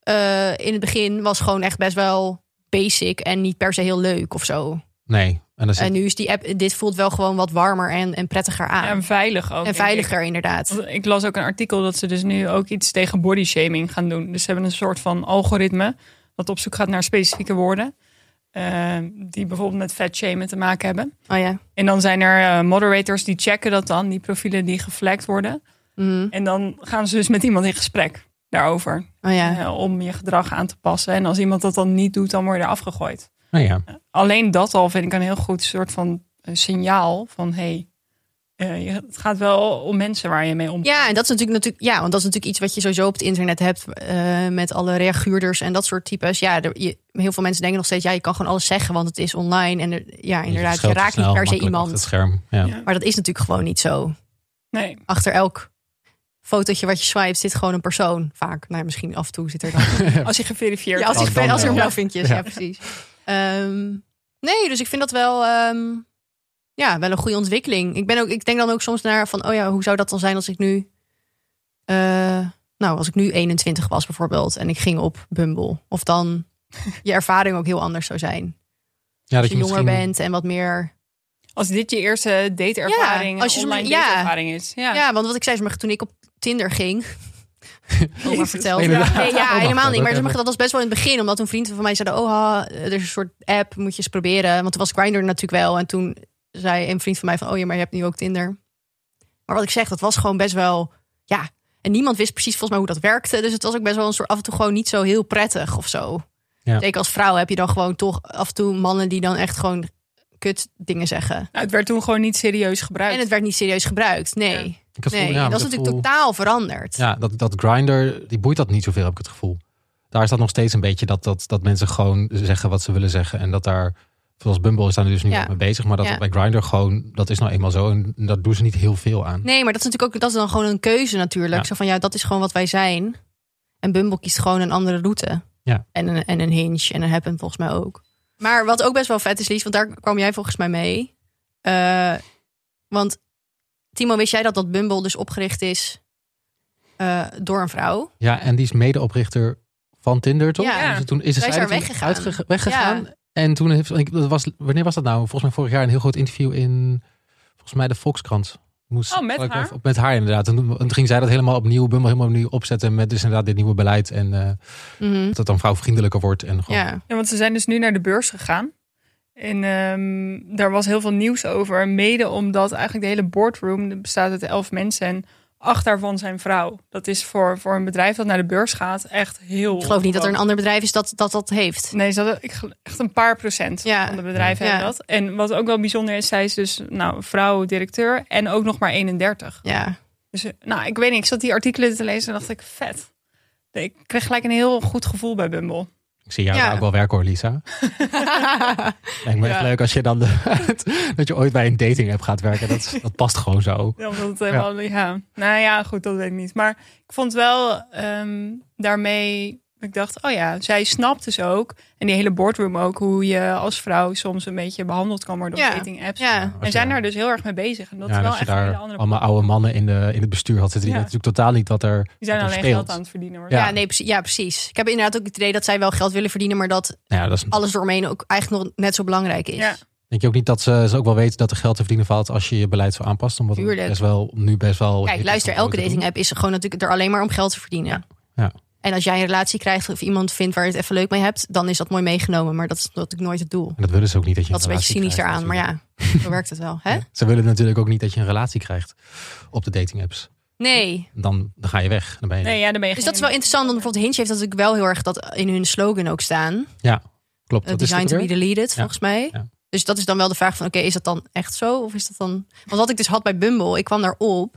S2: eh, in het begin was gewoon echt best wel basic en niet per se heel leuk of zo.
S3: Nee. En dan zit-
S2: En nu is die app, dit voelt wel gewoon wat warmer en, en prettiger aan.
S1: en veilig ook.
S2: en
S1: denk
S2: veiliger inderdaad.
S1: ik. Want Ik las ook een artikel dat ze dus nu ook iets tegen body shaming gaan doen. Dus ze hebben een soort van algoritme dat op zoek gaat naar specifieke woorden. eh, die bijvoorbeeld met fat shamen te maken hebben.
S2: Oh ja.
S1: En dan zijn er eh, moderators die checken dat dan, die profielen die geflekt worden.
S2: Mhm.
S1: En dan gaan ze dus met iemand in gesprek daarover.
S2: Oh ja.
S1: eh, om je gedrag aan te passen. En als iemand dat dan niet doet, dan word je eraf gegooid.
S3: nou ja.
S1: Alleen dat al vind ik een heel goed soort van eh, signaal van hé, hey, eh, je- het gaat wel om mensen waar je mee omgaat.
S2: Ja, en dat is natuurlijk, natuurlijk, ja, want dat is natuurlijk iets wat je sowieso op het internet hebt eh, met alle reaguurders en dat soort types. Ja, er- je- heel veel mensen denken nog steeds, ja, je kan gewoon alles zeggen, want het is online. En er- ja, inderdaad, je
S3: verschilt
S2: raakt
S3: snel
S2: niet per se
S3: makkelijk achter
S2: iemand.
S3: Het scherm. Ja.
S1: Ja.
S2: Maar dat is natuurlijk gewoon niet zo.
S1: Nee,
S2: Achter elk fotootje wat je swipet zit gewoon een persoon. Vaak, nou ja, misschien af en toe zit er dan.
S1: als je geverifieerd
S2: ja, als,
S1: wordt.
S2: die,
S3: Oh, dan
S2: als er
S3: wel.
S2: blauw vinkjes, ja,
S3: Ja.
S2: precies. Ehm, nee, dus ik vind dat wel, ehm, ja, wel een goede ontwikkeling. Ik, ben ook, ik denk dan ook soms naar van, oh ja, hoe zou dat dan zijn als ik nu... eh, nou, als ik nu 21 was bijvoorbeeld en ik ging op Bumble. Of dan je ervaring ook heel anders zou zijn.
S3: Ja,
S2: Als je, jonger
S3: misschien-
S2: bent en wat meer...
S1: Als dit je eerste dateervaring,
S2: Ja, als je zo'n-
S1: online
S2: ja.
S1: dateervaring is. Ja.
S2: Ja, want wat ik zei, zeg maar, toen ik op Tinder ging. Oma
S3: Oh,
S1: Jezus.
S2: vertelt.
S1: Nee,
S2: Ja,
S1: inderdaad.
S2: nee, ja
S3: Oma
S2: helemaal niet.
S3: vertelt,
S2: Maar zeg maar,
S3: oké.
S2: dat was best wel in het begin. Omdat toen vrienden van mij zeiden: Oh, ha, er is een soort app, moet je eens proberen. Want toen was Grindr natuurlijk wel. En toen zei een vriend van mij: van, Oh ja, maar je hebt nu ook Tinder. Maar wat ik zeg, dat was gewoon best wel. Ja. En niemand wist precies volgens mij hoe dat werkte. Dus het was ook best wel een soort af en toe gewoon niet zo heel prettig of zo.
S3: Ja.
S2: Zeker als vrouw heb je dan gewoon toch af en toe mannen die dan echt gewoon kut dingen zeggen.
S1: Nou, het werd toen gewoon niet serieus gebruikt.
S2: En het werd niet serieus gebruikt. Nee.
S1: Ja.
S3: Ik had het
S2: Nee,
S3: gevoel- ja,
S2: dat
S3: maar het
S2: is natuurlijk
S3: gevoel-
S2: totaal veranderd.
S3: Ja, dat, dat grinder, die boeit dat niet zoveel, heb ik het gevoel. Daar is dat nog steeds een beetje dat, dat, dat mensen gewoon zeggen wat ze willen zeggen. En dat daar Zoals Bumble is daar dus nu
S2: Ja.
S3: ook mee bezig. Maar dat
S2: Ja.
S3: bij Grindr gewoon, dat is nou eenmaal zo. En dat doen ze niet heel veel aan.
S2: Nee, maar dat is natuurlijk ook dat is dan gewoon een keuze natuurlijk.
S3: Ja.
S2: Zo van ja, dat is gewoon wat wij zijn. En Bumble kiest gewoon een andere route.
S3: Ja.
S2: En, een, en een hinge en een happen volgens mij ook. Maar wat ook best wel vet is, Lies, want daar kwam jij volgens mij mee. Eh, want Timo, wist jij dat dat Bumble dus opgericht is eh, door een vrouw?
S3: Ja, en die is medeoprichter van Tinder, toch?
S2: Ja.
S3: Dus toen is
S2: Zij is
S3: zij
S2: daar
S3: toen
S2: weggegaan.
S3: uitge- weggegaan. En toen heeft, ik, dat was, wanneer was dat nou? Volgens mij vorig jaar een heel groot interview in, volgens mij de Volkskrant. Moest,
S1: Oh, met
S3: ik-
S1: haar?
S3: Met haar inderdaad. En toen, toen ging zij dat helemaal opnieuw, Bumble helemaal opnieuw opzetten met dus inderdaad dit nieuwe beleid. En eh, dat het dan vrouwvriendelijker wordt. En gewoon,
S2: Mhm, Ja.
S1: Ja, want ze zijn dus nu naar de beurs gegaan. En ehm, daar was heel veel nieuws over. Mede omdat eigenlijk de hele boardroom dat bestaat uit elf mensen. En acht daarvan zijn vrouw. Dat is voor, voor een bedrijf dat naar de beurs gaat echt heel.
S2: Ik geloof niet dat er een ander bedrijf is dat dat, dat heeft.
S1: Nee, ze hadden ik gel- echt een paar procent
S2: Ja.
S1: van de bedrijven
S2: Ja.
S1: hebben dat. En wat ook wel bijzonder is, zij is dus nou, vrouw directeur en ook nog maar 31.
S2: Ja.
S1: Dus eh, nou, ik weet niet, ik zat die artikelen te lezen en dacht ik, vet. Ik kreeg gelijk een heel goed gevoel bij Bumble.
S3: Ik zie jou
S2: Ja.
S3: daar ook wel werken hoor, Lisa. Lijkt me echt
S1: Ja.
S3: leuk als je dan de- dat je ooit bij een dating app gaat werken. Dat, is- dat past gewoon zo.
S1: Ja, omdat het helemaal, ja. Nou ja, goed, dat weet ik niet. Maar ik vond wel ehm, daarmee, ik dacht, oh ja, zij snapt dus ook, en die hele boardroom ook, hoe je als vrouw soms een beetje behandeld kan worden
S2: Ja.
S1: op dating apps.
S2: Ja.
S3: Als je-
S1: En zijn daar dus heel erg mee bezig. En dat
S3: ja,
S1: is
S3: en
S1: wel
S3: als je
S1: echt een hele
S3: daar
S1: andere
S3: allemaal oude mannen in, de, in het bestuur had zitten, die
S1: Ja.
S3: weten natuurlijk totaal niet wat er,
S1: Die zijn
S3: wat er
S1: alleen
S3: speelt.
S1: geld aan het verdienen. Hoor.
S3: Ja.
S2: Ja, nee, precies, ja, precies. Ik heb inderdaad ook het idee dat zij wel geld willen verdienen, maar dat
S3: Nou ja, dat is,
S2: alles doorheen ook eigenlijk nog net zo belangrijk is.
S1: Ja.
S3: denk je ook niet dat ze, ze ook wel weten dat er geld te verdienen valt als je je beleid zo aanpast? Omdat het
S2: Tuurlijk.
S3: best wel, nu best wel... hip
S2: Kijk,
S3: is
S2: luister,
S3: om zo
S2: elke
S3: te doen.
S2: dating app is gewoon natuurlijk er alleen maar om geld te verdienen.
S3: Ja, ja.
S2: En als jij een relatie krijgt of iemand vindt waar je het even leuk mee hebt, dan is dat mooi meegenomen. Maar dat is natuurlijk nooit het doel.
S3: En dat willen ze ook niet dat je
S2: Dat is een beetje cynisch
S3: relatie
S2: daaraan,
S3: krijgt,
S2: maar ja, zo werkt het wel. Hè?
S3: natuurlijk. Ze willen natuurlijk ook niet dat je een relatie krijgt op de dating apps.
S2: Nee.
S3: Dan, dan ga je weg. Dan ben je
S1: Nee, ja, dan ben je
S2: Dus
S1: geen-
S2: dat is wel interessant, want bijvoorbeeld Hinge heeft dat natuurlijk wel heel erg dat in hun slogan ook staan.
S3: Ja, klopt.
S2: Eh,
S3: dat is het
S2: design
S3: ook
S2: to be
S3: weer?
S2: deleted,
S3: Ja.
S2: volgens mij.
S3: Ja.
S2: Dus dat is dan wel de vraag van, oké, is dat dan echt zo? Of is dat dan... Want wat ik dus had bij Bumble, ik kwam daarop.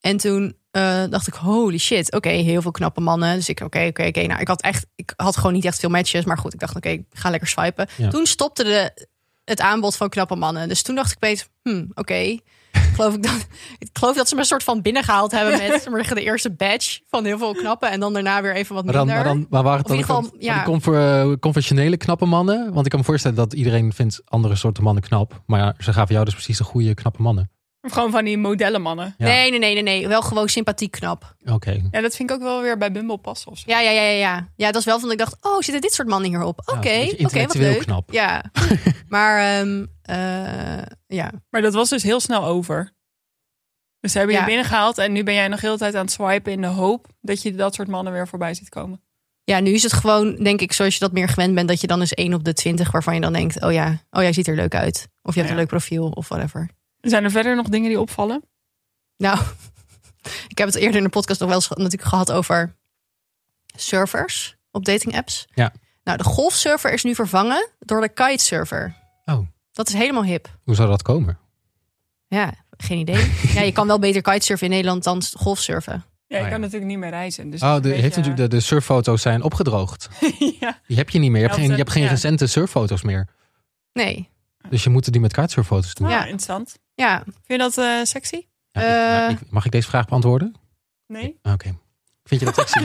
S2: En toen eh, dacht ik, holy shit, oké, heel veel knappe mannen. Dus ik, oké, oké, oké. nou, ik had echt, ik had gewoon niet echt veel matches. Maar goed, ik dacht, oké, ik ga lekker swipen.
S3: Ja.
S2: Toen stopte de, het aanbod van knappe mannen. Dus toen dacht ik opeens, hmm, oké. geloof ik, dat, ik geloof dat ze me een soort van binnengehaald hebben met zeg maar, de eerste batch van heel veel knappen. En dan daarna weer even wat
S3: Maar
S2: minder.
S3: dan, maar dan maar waren het
S2: Of in
S3: dan
S2: ieder
S3: ook
S2: geval,
S3: van-
S2: ja.
S3: van die conver- eh, conventionele knappe mannen? Want ik kan me voorstellen dat iedereen vindt andere soorten mannen knap. Maar ja, ze gaven jou dus precies de goede knappe mannen.
S1: Of Gewoon van die modellenmannen.
S3: Ja.
S2: Nee, nee, nee, nee, nee. Wel gewoon sympathiek knap.
S3: Oké.
S1: Ja, dat vind ik ook wel weer bij Bumble passen of zo.
S2: Ja, ja, ja, ja, ja. Ja, dat is wel van dat ik dacht, oh, zitten dit soort mannen hierop? Oké,
S3: Ja, een beetje
S2: oké, wat
S3: intellectueel
S2: leuk.
S3: knap.
S2: Ja, maar ehm, eh, ja.
S1: Maar dat was dus heel snel over. Dus ze hebben
S2: Ja.
S1: je binnengehaald en nu ben jij nog heel de tijd aan het swipen in de hoop dat je dat soort mannen weer voorbij ziet komen.
S2: ja, nu is het gewoon, denk ik, zoals je dat meer gewend bent, dat je dan eens één op de twintig waarvan je dan denkt, oh ja, oh jij ziet er leuk uit. Of je hebt
S1: Ja.
S2: een leuk profiel of whatever.
S1: Zijn er verder nog dingen die opvallen?
S2: Nou, ik heb het eerder in de podcast nog wel eens ge- natuurlijk gehad over servers op dating apps.
S3: Ja.
S2: Nou, de golfserver is nu vervangen door de kitesurfer.
S3: Oh,
S2: Dat is helemaal hip.
S3: hoe zou dat komen?
S2: Ja, geen idee. ja, je kan wel beter kitesurfen in Nederland dan golfsurfen.
S1: Ja, ik
S3: Oh ja.
S1: kan natuurlijk niet meer reizen. Dus
S3: Oh,
S1: dat
S3: de,
S1: is een
S3: heeft
S1: beetje-
S3: natuurlijk de, de surffoto's zijn opgedroogd.
S1: ja.
S3: Die heb je niet meer. Je hebt
S1: Ja,
S3: geen, je
S1: of
S3: hebt
S1: dat-
S3: geen
S1: ja.
S3: recente surffoto's meer.
S2: Nee,
S3: Dus je moet die met kaartsurffoto's doen.
S1: Ah,
S2: Ja.
S1: interessant.
S2: ja.
S1: Vind je dat eh, sexy?
S3: Ja, ik-
S2: Eh.
S3: maar ik- mag ik deze vraag beantwoorden?
S1: Nee?
S3: Ah, Oké. Vind je dat sexy?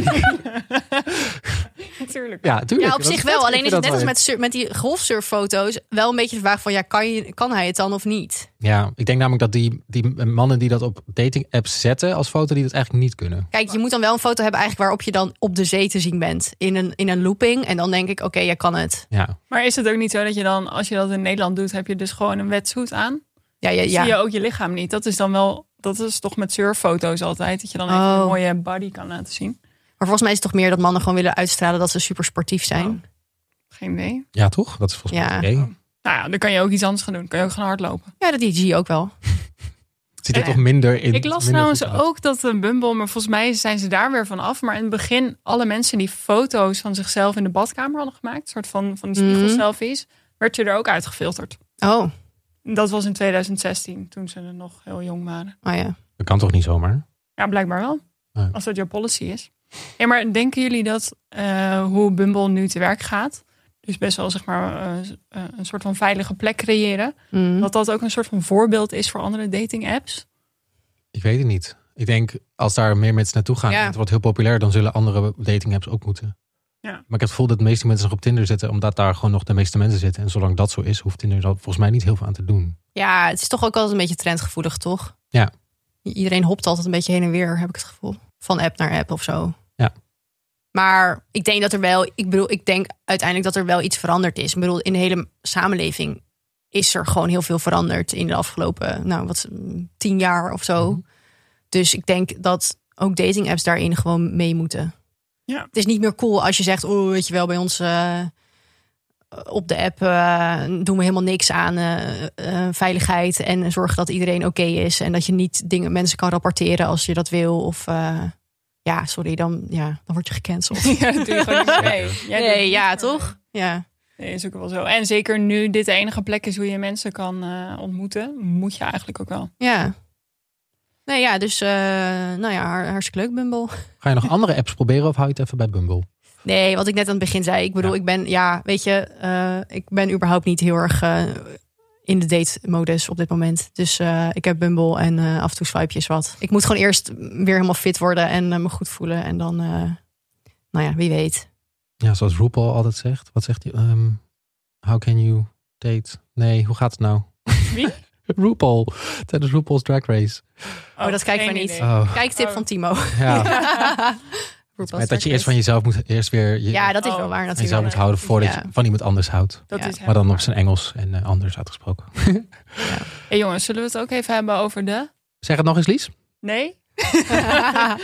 S1: Natuurlijk.
S3: ja, tuurlijk.
S2: ja, op
S3: Dat
S2: zich
S3: vet,
S2: wel.
S3: vind
S2: Alleen
S3: je
S2: is het
S3: dat
S2: net als
S3: wel.
S2: met, sur- met die golfsurffoto's wel een beetje de vraag van... ja, kan, je, kan hij het dan of niet?
S3: Ja, ik denk namelijk dat die, die mannen die dat op dating apps zetten als foto, die dat eigenlijk niet kunnen.
S2: Kijk, je moet dan wel een foto hebben eigenlijk waarop je dan op de zee te zien bent. In een, in een looping. En dan denk ik, oké, jij kan het.
S3: Ja,
S1: Maar is het ook niet zo dat je dan, als je dat in Nederland doet, heb je dus gewoon een wetsuit aan?
S2: Ja, ja, ja.
S1: Zie je ook je lichaam niet? Dat is dan wel, dat is toch met surffoto's altijd, dat je dan even
S2: Oh.
S1: een mooie body kan laten zien.
S2: Maar volgens mij is het toch meer dat mannen gewoon willen uitstralen... dat ze super sportief zijn.
S1: Oh. Geen idee.
S3: ja toch? Dat is volgens mij
S2: Ja.
S3: het idee.
S1: Nou ja, dan kan je ook iets anders gaan doen. Dan kan je ook gaan hardlopen.
S2: Ja, dat die zie je ook wel.
S3: Het ziet er
S1: Ja.
S3: toch minder in.
S1: Ik las
S3: minder
S1: trouwens
S3: goed uit.
S1: ook dat een Bumble, maar volgens mij zijn ze daar weer van af. Maar in het begin, alle mensen die foto's van zichzelf in de badkamer hadden gemaakt, een soort van, van die
S2: Mhm.
S1: spiegelselfies, werd je er ook uitgefilterd.
S2: Oh,
S1: Dat was in 2016, toen ze er nog heel jong waren.
S2: oh ja.
S3: Dat kan toch niet zomaar?
S1: Ja, blijkbaar wel.
S3: Ja.
S1: Als dat jouw policy is. Hey, maar denken jullie dat eh, hoe Bumble nu te werk gaat, Dus best wel zeg maar eh, z- eh, een soort van veilige plek creëren.
S2: Mm.
S1: Dat dat ook een soort van voorbeeld is voor andere dating apps.
S3: Ik weet het niet. Ik denk, als daar meer mensen naartoe gaan
S2: Ja.
S3: en het wordt heel populair, dan zullen andere dating apps ook moeten.
S1: Ja.
S3: Maar ik heb het gevoel dat de meeste mensen nog op Tinder zitten, omdat daar gewoon nog de meeste mensen zitten. En zolang dat zo is, hoeft Tinder daar volgens mij niet heel veel aan te doen.
S2: Ja, het is toch ook altijd een beetje trendgevoelig, toch?
S3: Ja.
S2: I- Iedereen hopt altijd een beetje heen en weer, heb ik het gevoel. Van app naar app of zo.
S3: Ja.
S2: Maar ik denk dat er wel, ik bedoel, ik denk uiteindelijk dat er wel iets veranderd is. Ik bedoel, in de hele samenleving is er gewoon heel veel veranderd in de afgelopen, nou, wat mm, tien jaar of zo.
S3: Mhm.
S2: Dus ik denk dat ook dating apps daarin gewoon mee moeten.
S1: Ja.
S2: Het is niet meer cool als je zegt, oh, weet je wel, bij ons. eh, op de app eh, doen we helemaal niks aan eh, eh, veiligheid. En zorgen dat iedereen oké is. En dat je niet dingen, mensen kan rapporteren als je dat wil. Of eh, ja, sorry, dan, ja, dan word je gecanceld.
S1: Ja, dat doe je gewoon niet meer mee. Jij doet het
S2: nee,
S1: niet
S2: ja,
S1: meer
S2: toch? Ja.
S1: mee. Nee, is ook wel zo. En zeker nu dit de enige plek is hoe je mensen kan eh, ontmoeten, moet je eigenlijk ook wel.
S2: ja. Nee, ja, dus eh, nou ja, har- hartstikke leuk, Bumble.
S3: Ga je nog andere apps proberen of hou je het even bij Bumble?
S2: Nee, wat ik net aan het begin zei. Ik bedoel,
S3: Ja.
S2: ik ben, ja, weet je, eh, ik ben überhaupt niet heel erg eh, in de date-modus op dit moment. Dus eh, ik heb Bumble en eh, af en toe swipe je eens wat. Ik moet gewoon eerst weer helemaal fit worden en eh, me goed voelen. En dan, eh, nou ja, wie weet.
S3: Ja, zoals RuPaul altijd zegt. Wat zegt hij? Ehm, how can you date? Nee, hoe gaat het nou?
S1: Wie?
S3: RuPaul. Tijdens RuPaul's Drag Race.
S2: Oh, dat kijken we
S1: geen
S2: niet.
S1: idee.
S3: Oh,
S2: Kijktip
S1: Oh.
S2: van Timo.
S3: ja.
S2: RuPaul's
S3: Met dat je
S2: Drag
S3: eerst van
S2: Race.
S3: jezelf moet eerst weer je,
S2: Ja, dat is
S1: Oh.
S2: wel waar
S3: van jezelf
S2: natuurlijk.
S3: moet houden voordat
S2: Ja.
S3: je van iemand anders houdt.
S1: Dat
S2: Ja.
S1: is
S3: Maar dan
S1: helemaal
S3: op zijn Engels en eh, anders uitgesproken.
S1: waar. Hey, jongens, zullen we het ook even hebben over de...
S3: Zeg het nog eens, Lies.
S1: Nee?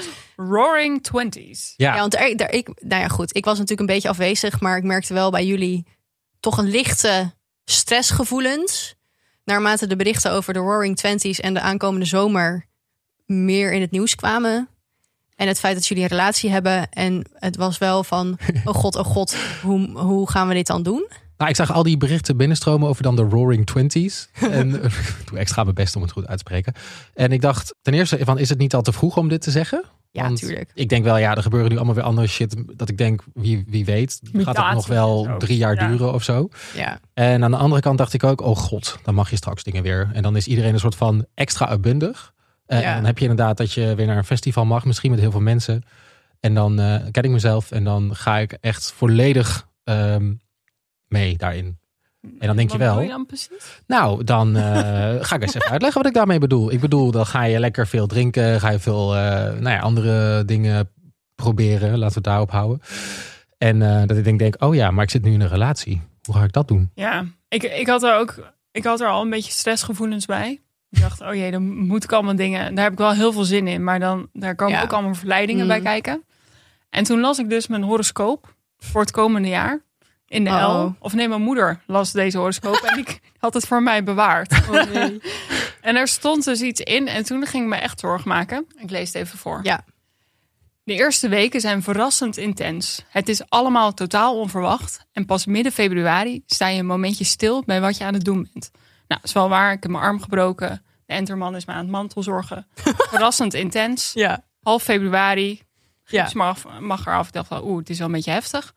S1: Roaring Twenties.
S3: Ja.
S2: Ja, want er, daar- ik, nou ja, goed. Ik was natuurlijk een beetje afwezig, maar ik merkte wel bij jullie toch een lichte stressgevoelens. Naarmate de berichten over de Roaring Twenties en de aankomende zomer meer in het nieuws kwamen. En het feit dat jullie een relatie hebben. En het was wel van, oh god, oh god, hoe, hoe gaan we dit dan doen?
S3: Nou, ik zag al die berichten binnenstromen over dan de Roaring Twenties. En eh, ik doe extra mijn best om het goed uit te spreken. En ik dacht, ten eerste, van, is het niet al te vroeg om dit te zeggen?
S2: Ja,
S3: Want
S2: tuurlijk.
S3: Ik denk wel, ja, er gebeuren nu allemaal weer andere shit. Dat ik denk, wie, wie weet, gaat het
S1: Mutaties
S3: nog wel
S1: en zo.
S3: drie jaar
S1: Ja.
S3: duren of zo.
S2: Ja.
S3: En aan de andere kant dacht ik ook, oh god, dan mag je straks dingen weer. En dan is iedereen een soort van extra uitbundig. Eh,
S2: Ja.
S3: En dan heb je inderdaad dat je weer naar een festival mag, misschien met heel veel mensen. En dan eh, ken ik mezelf en dan ga ik echt volledig ehm, mee daarin. En dan denk je
S1: Wat bedoel
S3: wel,
S1: je dan precies?
S3: nou, dan eh, ga ik eens even uitleggen wat ik daarmee bedoel. Ik bedoel, dan ga je lekker veel drinken, ga je veel eh, nou ja, andere dingen proberen. Laten we het daarop houden. En eh, dat ik denk, denk, oh ja, maar ik zit nu in een relatie. Hoe ga ik dat doen?
S1: Ja, ik, ik had er ook ik had er al een beetje stressgevoelens bij. Ik dacht, oh jee, dan moet ik allemaal dingen. Daar heb ik wel heel veel zin in, maar dan daar komen
S2: Ja.
S1: ook allemaal verleidingen
S2: Mm.
S1: bij kijken. En toen las ik dus mijn horoscoop voor het komende jaar in de
S2: Oh.
S1: L. Of nee, mijn moeder las deze horoscoop en ik had het voor mij bewaard.
S2: Oh
S1: En er stond dus iets in en toen ging ik me echt zorgen maken. Ik lees het even voor.
S2: Ja.
S1: De eerste weken zijn verrassend intens. Het is allemaal totaal onverwacht. En pas midden februari sta je een momentje stil bij wat je aan het doen bent. Nou, is wel waar. Ik heb mijn arm gebroken. De enterman is me aan het mantel zorgen. verrassend intens.
S2: Ja.
S1: Half februari.
S2: Ja.
S1: Gips Dus mag, mag eraf. Ik dacht wel, oeh, het is wel een beetje heftig.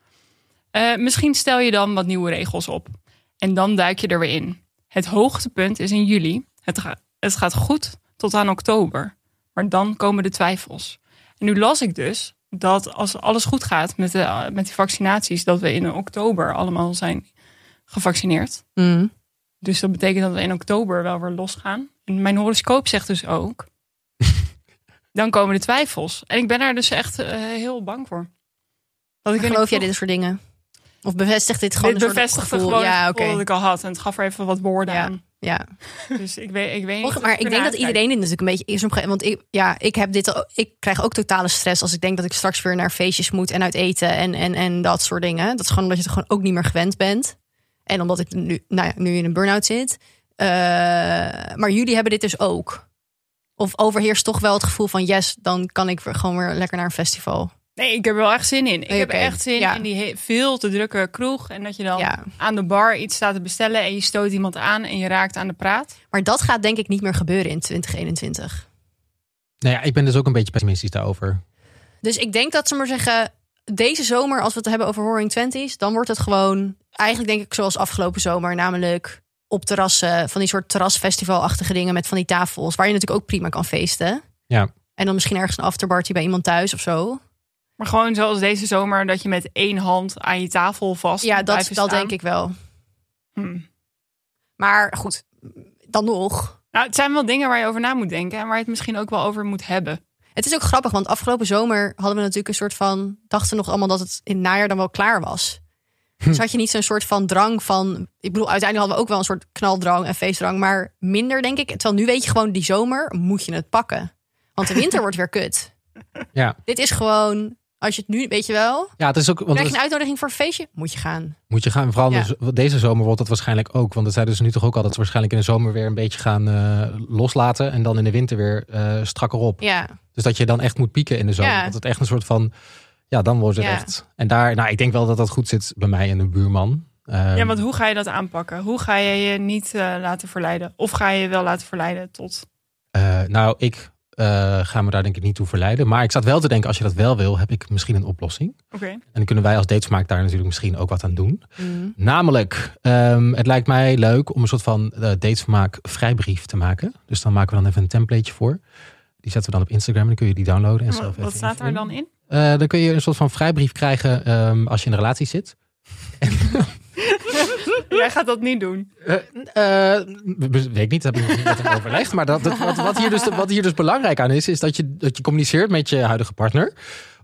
S1: Eh, misschien stel je dan wat nieuwe regels op. En dan duik je er weer in. Het hoogtepunt is in juli. Het, ga- het gaat goed tot aan oktober. Maar dan komen de twijfels. En nu las ik dus dat als alles goed gaat met, de, met die vaccinaties... dat we in oktober allemaal zijn gevaccineerd.
S2: Mm.
S1: Dus dat betekent dat we in oktober wel weer losgaan. En mijn horoscoop zegt dus ook... dan komen de twijfels. En ik ben daar dus echt eh, heel bang voor. Dat ik in
S2: Geloof jij
S1: oktober-
S2: dit soort dingen? Of bevestigt dit gewoon
S1: dit
S2: een soort
S1: bevestigde
S2: gevoel?
S1: gewoon het
S2: ja,
S1: gevoel
S2: oké.
S1: dat ik al had. En het gaf er even wat woorden
S2: Ja.
S1: aan.
S2: Ja.
S1: Dus ik weet, ik weet niet.
S2: Och, maar ik denk dat
S1: iedereen
S2: iedereen dit natuurlijk een beetje is omgeven. Want ik, ja, ik, heb dit, al- ik krijg ook totale stress als ik denk dat ik straks weer naar feestjes moet en uit eten en, en, en dat soort dingen. Dat is gewoon omdat je het gewoon ook niet meer gewend bent. En omdat ik nu, nou ja, nu in een burn-out zit. Eh, maar jullie hebben dit dus ook. Of overheerst toch wel het gevoel van yes, dan kan ik weer gewoon weer lekker naar een festival.
S1: Nee, ik heb er wel echt zin in. Ik
S2: Nee,
S1: heb
S2: oké.
S1: echt zin
S2: Ja.
S1: in die he- veel te drukke kroeg. En dat je dan
S2: Ja.
S1: aan de bar iets staat te bestellen. En je stoot iemand aan en je raakt aan de praat.
S2: Maar dat gaat denk ik niet meer gebeuren in 2021.
S3: Nou ja, ik ben dus ook een beetje pessimistisch daarover.
S2: Dus ik denk dat ze maar zeggen, deze zomer, als we het hebben over Roaring Twenties, dan wordt het gewoon eigenlijk denk ik zoals afgelopen zomer, namelijk op terrassen, van die soort terrasfestivalachtige dingen met van die tafels, waar je natuurlijk ook prima kan feesten.
S3: Ja.
S2: En dan misschien ergens een afterparty bij iemand thuis of zo.
S1: Maar gewoon zoals deze zomer, dat je met één hand aan je tafel vast
S2: Ja,
S1: moet
S2: dat,
S1: blijven
S2: dat
S1: staan.
S2: denk ik wel.
S1: Hm.
S2: Maar goed, dan nog.
S1: Nou, het zijn wel dingen waar je over na moet denken en waar je het misschien ook wel over moet hebben.
S2: Het is ook grappig, want afgelopen zomer hadden we natuurlijk een soort van. dachten we nog allemaal dat het in het najaar dan wel klaar was.
S3: Hm.
S2: Dus had je niet zo'n soort van drang van. Ik bedoel, uiteindelijk hadden we ook wel een soort knaldrang en feestdrang, maar minder denk ik. Terwijl nu weet je gewoon, die zomer moet je het pakken. Want de winter wordt weer kut.
S3: Ja.
S2: Dit is gewoon, als je het nu, weet je wel.
S3: Ja, het is ook. Want
S2: Krijg je
S3: het-
S2: een uitnodiging voor een feestje? Moet je gaan.
S3: moet je gaan. Vooral
S2: Ja.
S3: dus- deze zomer wordt dat waarschijnlijk ook. Want het zeiden ze nu toch ook al dat ze waarschijnlijk in de zomer weer een beetje gaan eh, loslaten. En dan in de winter weer eh strakker op.
S2: Ja.
S3: Dus dat je dan echt moet pieken in de zomer.
S2: Ja.
S3: Dat het echt een soort van. Ja, dan wordt het
S2: Ja.
S3: echt. En daar, nou, ik denk wel dat dat goed zit bij mij en de buurman. Ehm,
S1: ja, want hoe ga je dat aanpakken? Hoe ga je je niet eh, laten verleiden? Of ga je je wel laten verleiden tot...
S3: eh, nou, ik eh, ga me daar denk ik niet toe verleiden. Maar ik zat wel te denken, als je dat wel wil, heb ik misschien een oplossing.
S1: Oké,
S3: En dan kunnen wij als datesmaak daar natuurlijk misschien ook wat aan doen. Namelijk, ehm, het lijkt mij leuk om een soort van eh datevermaak vrijbrief te maken. Dus dan maken we dan even een templateje voor. Die zetten we dan op Instagram en dan kun je die downloaden. En
S1: Wa-
S3: zelf
S1: wat
S3: even
S1: staat daar
S3: invullen.
S1: dan in?
S3: Eh, dan kun je een soort van vrijbrief krijgen ehm, als je in een relatie zit.
S1: Jij gaat dat niet doen.
S3: Eh, eh, weet ik niet, dat heb ik nog niet met hem overlegd. Maar dat, dat- wat, wat, hier dus, wat hier dus belangrijk aan is, is dat je, dat je communiceert met je huidige partner.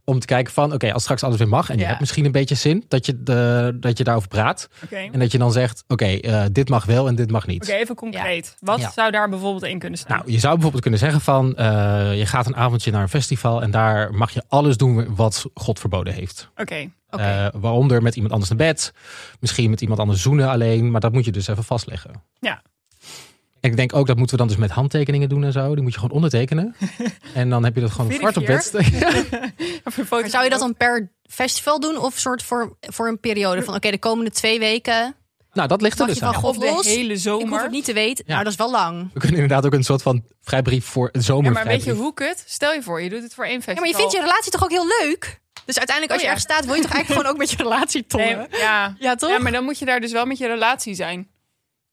S3: Om te kijken van, oké, als straks alles weer mag en je
S2: Ja.
S3: hebt misschien een beetje zin, dat je, de, dat je daarover praat.
S1: Oké,
S3: En dat je dan zegt, oké, eh, dit mag wel en dit mag niet.
S1: Oké, even concreet. Wat
S3: Ja.
S1: zou daar bijvoorbeeld in kunnen staan?
S3: Nou, je zou bijvoorbeeld kunnen zeggen van, eh, je gaat een avondje naar een festival en daar mag je alles doen wat God verboden heeft.
S1: Oké,
S2: Oké.
S3: Eh, waaronder met iemand anders naar bed, misschien met iemand anders zoenen alleen, maar dat moet je dus even vastleggen.
S1: ja.
S3: En ik denk ook dat moeten we dan dus met handtekeningen doen en zo. Die moet je gewoon ondertekenen. en dan heb je dat gewoon op zwart op bed.
S1: Even een
S2: Maar
S1: foto
S2: zou je dat
S1: van
S2: dan per festival doen of soort voor, voor een periode van oké, de komende twee weken?
S3: nou, dat ligt er
S2: Mag
S3: dus
S2: je
S3: aan.
S2: wel
S1: ook. Of de
S2: los?
S1: hele
S2: Ik hoef
S1: zomer.
S2: het niet te weten.
S3: Ja.
S2: Nou, dat is wel lang.
S3: We kunnen inderdaad ook een soort van vrijbrief voor een
S1: Ja, maar weet
S3: zomervrijbrief.
S1: je hoe kut? Stel je voor, je doet het voor één
S2: Ja,
S1: festival.
S2: maar je vindt je relatie toch ook heel leuk? Dus uiteindelijk als
S1: Oh, ja.
S2: je ergens staat, wil je toch eigenlijk gewoon ook met je relatie tollen?
S1: Nee, ja.
S2: Ja, toch?
S1: ja, maar dan moet je daar dus wel met je relatie zijn.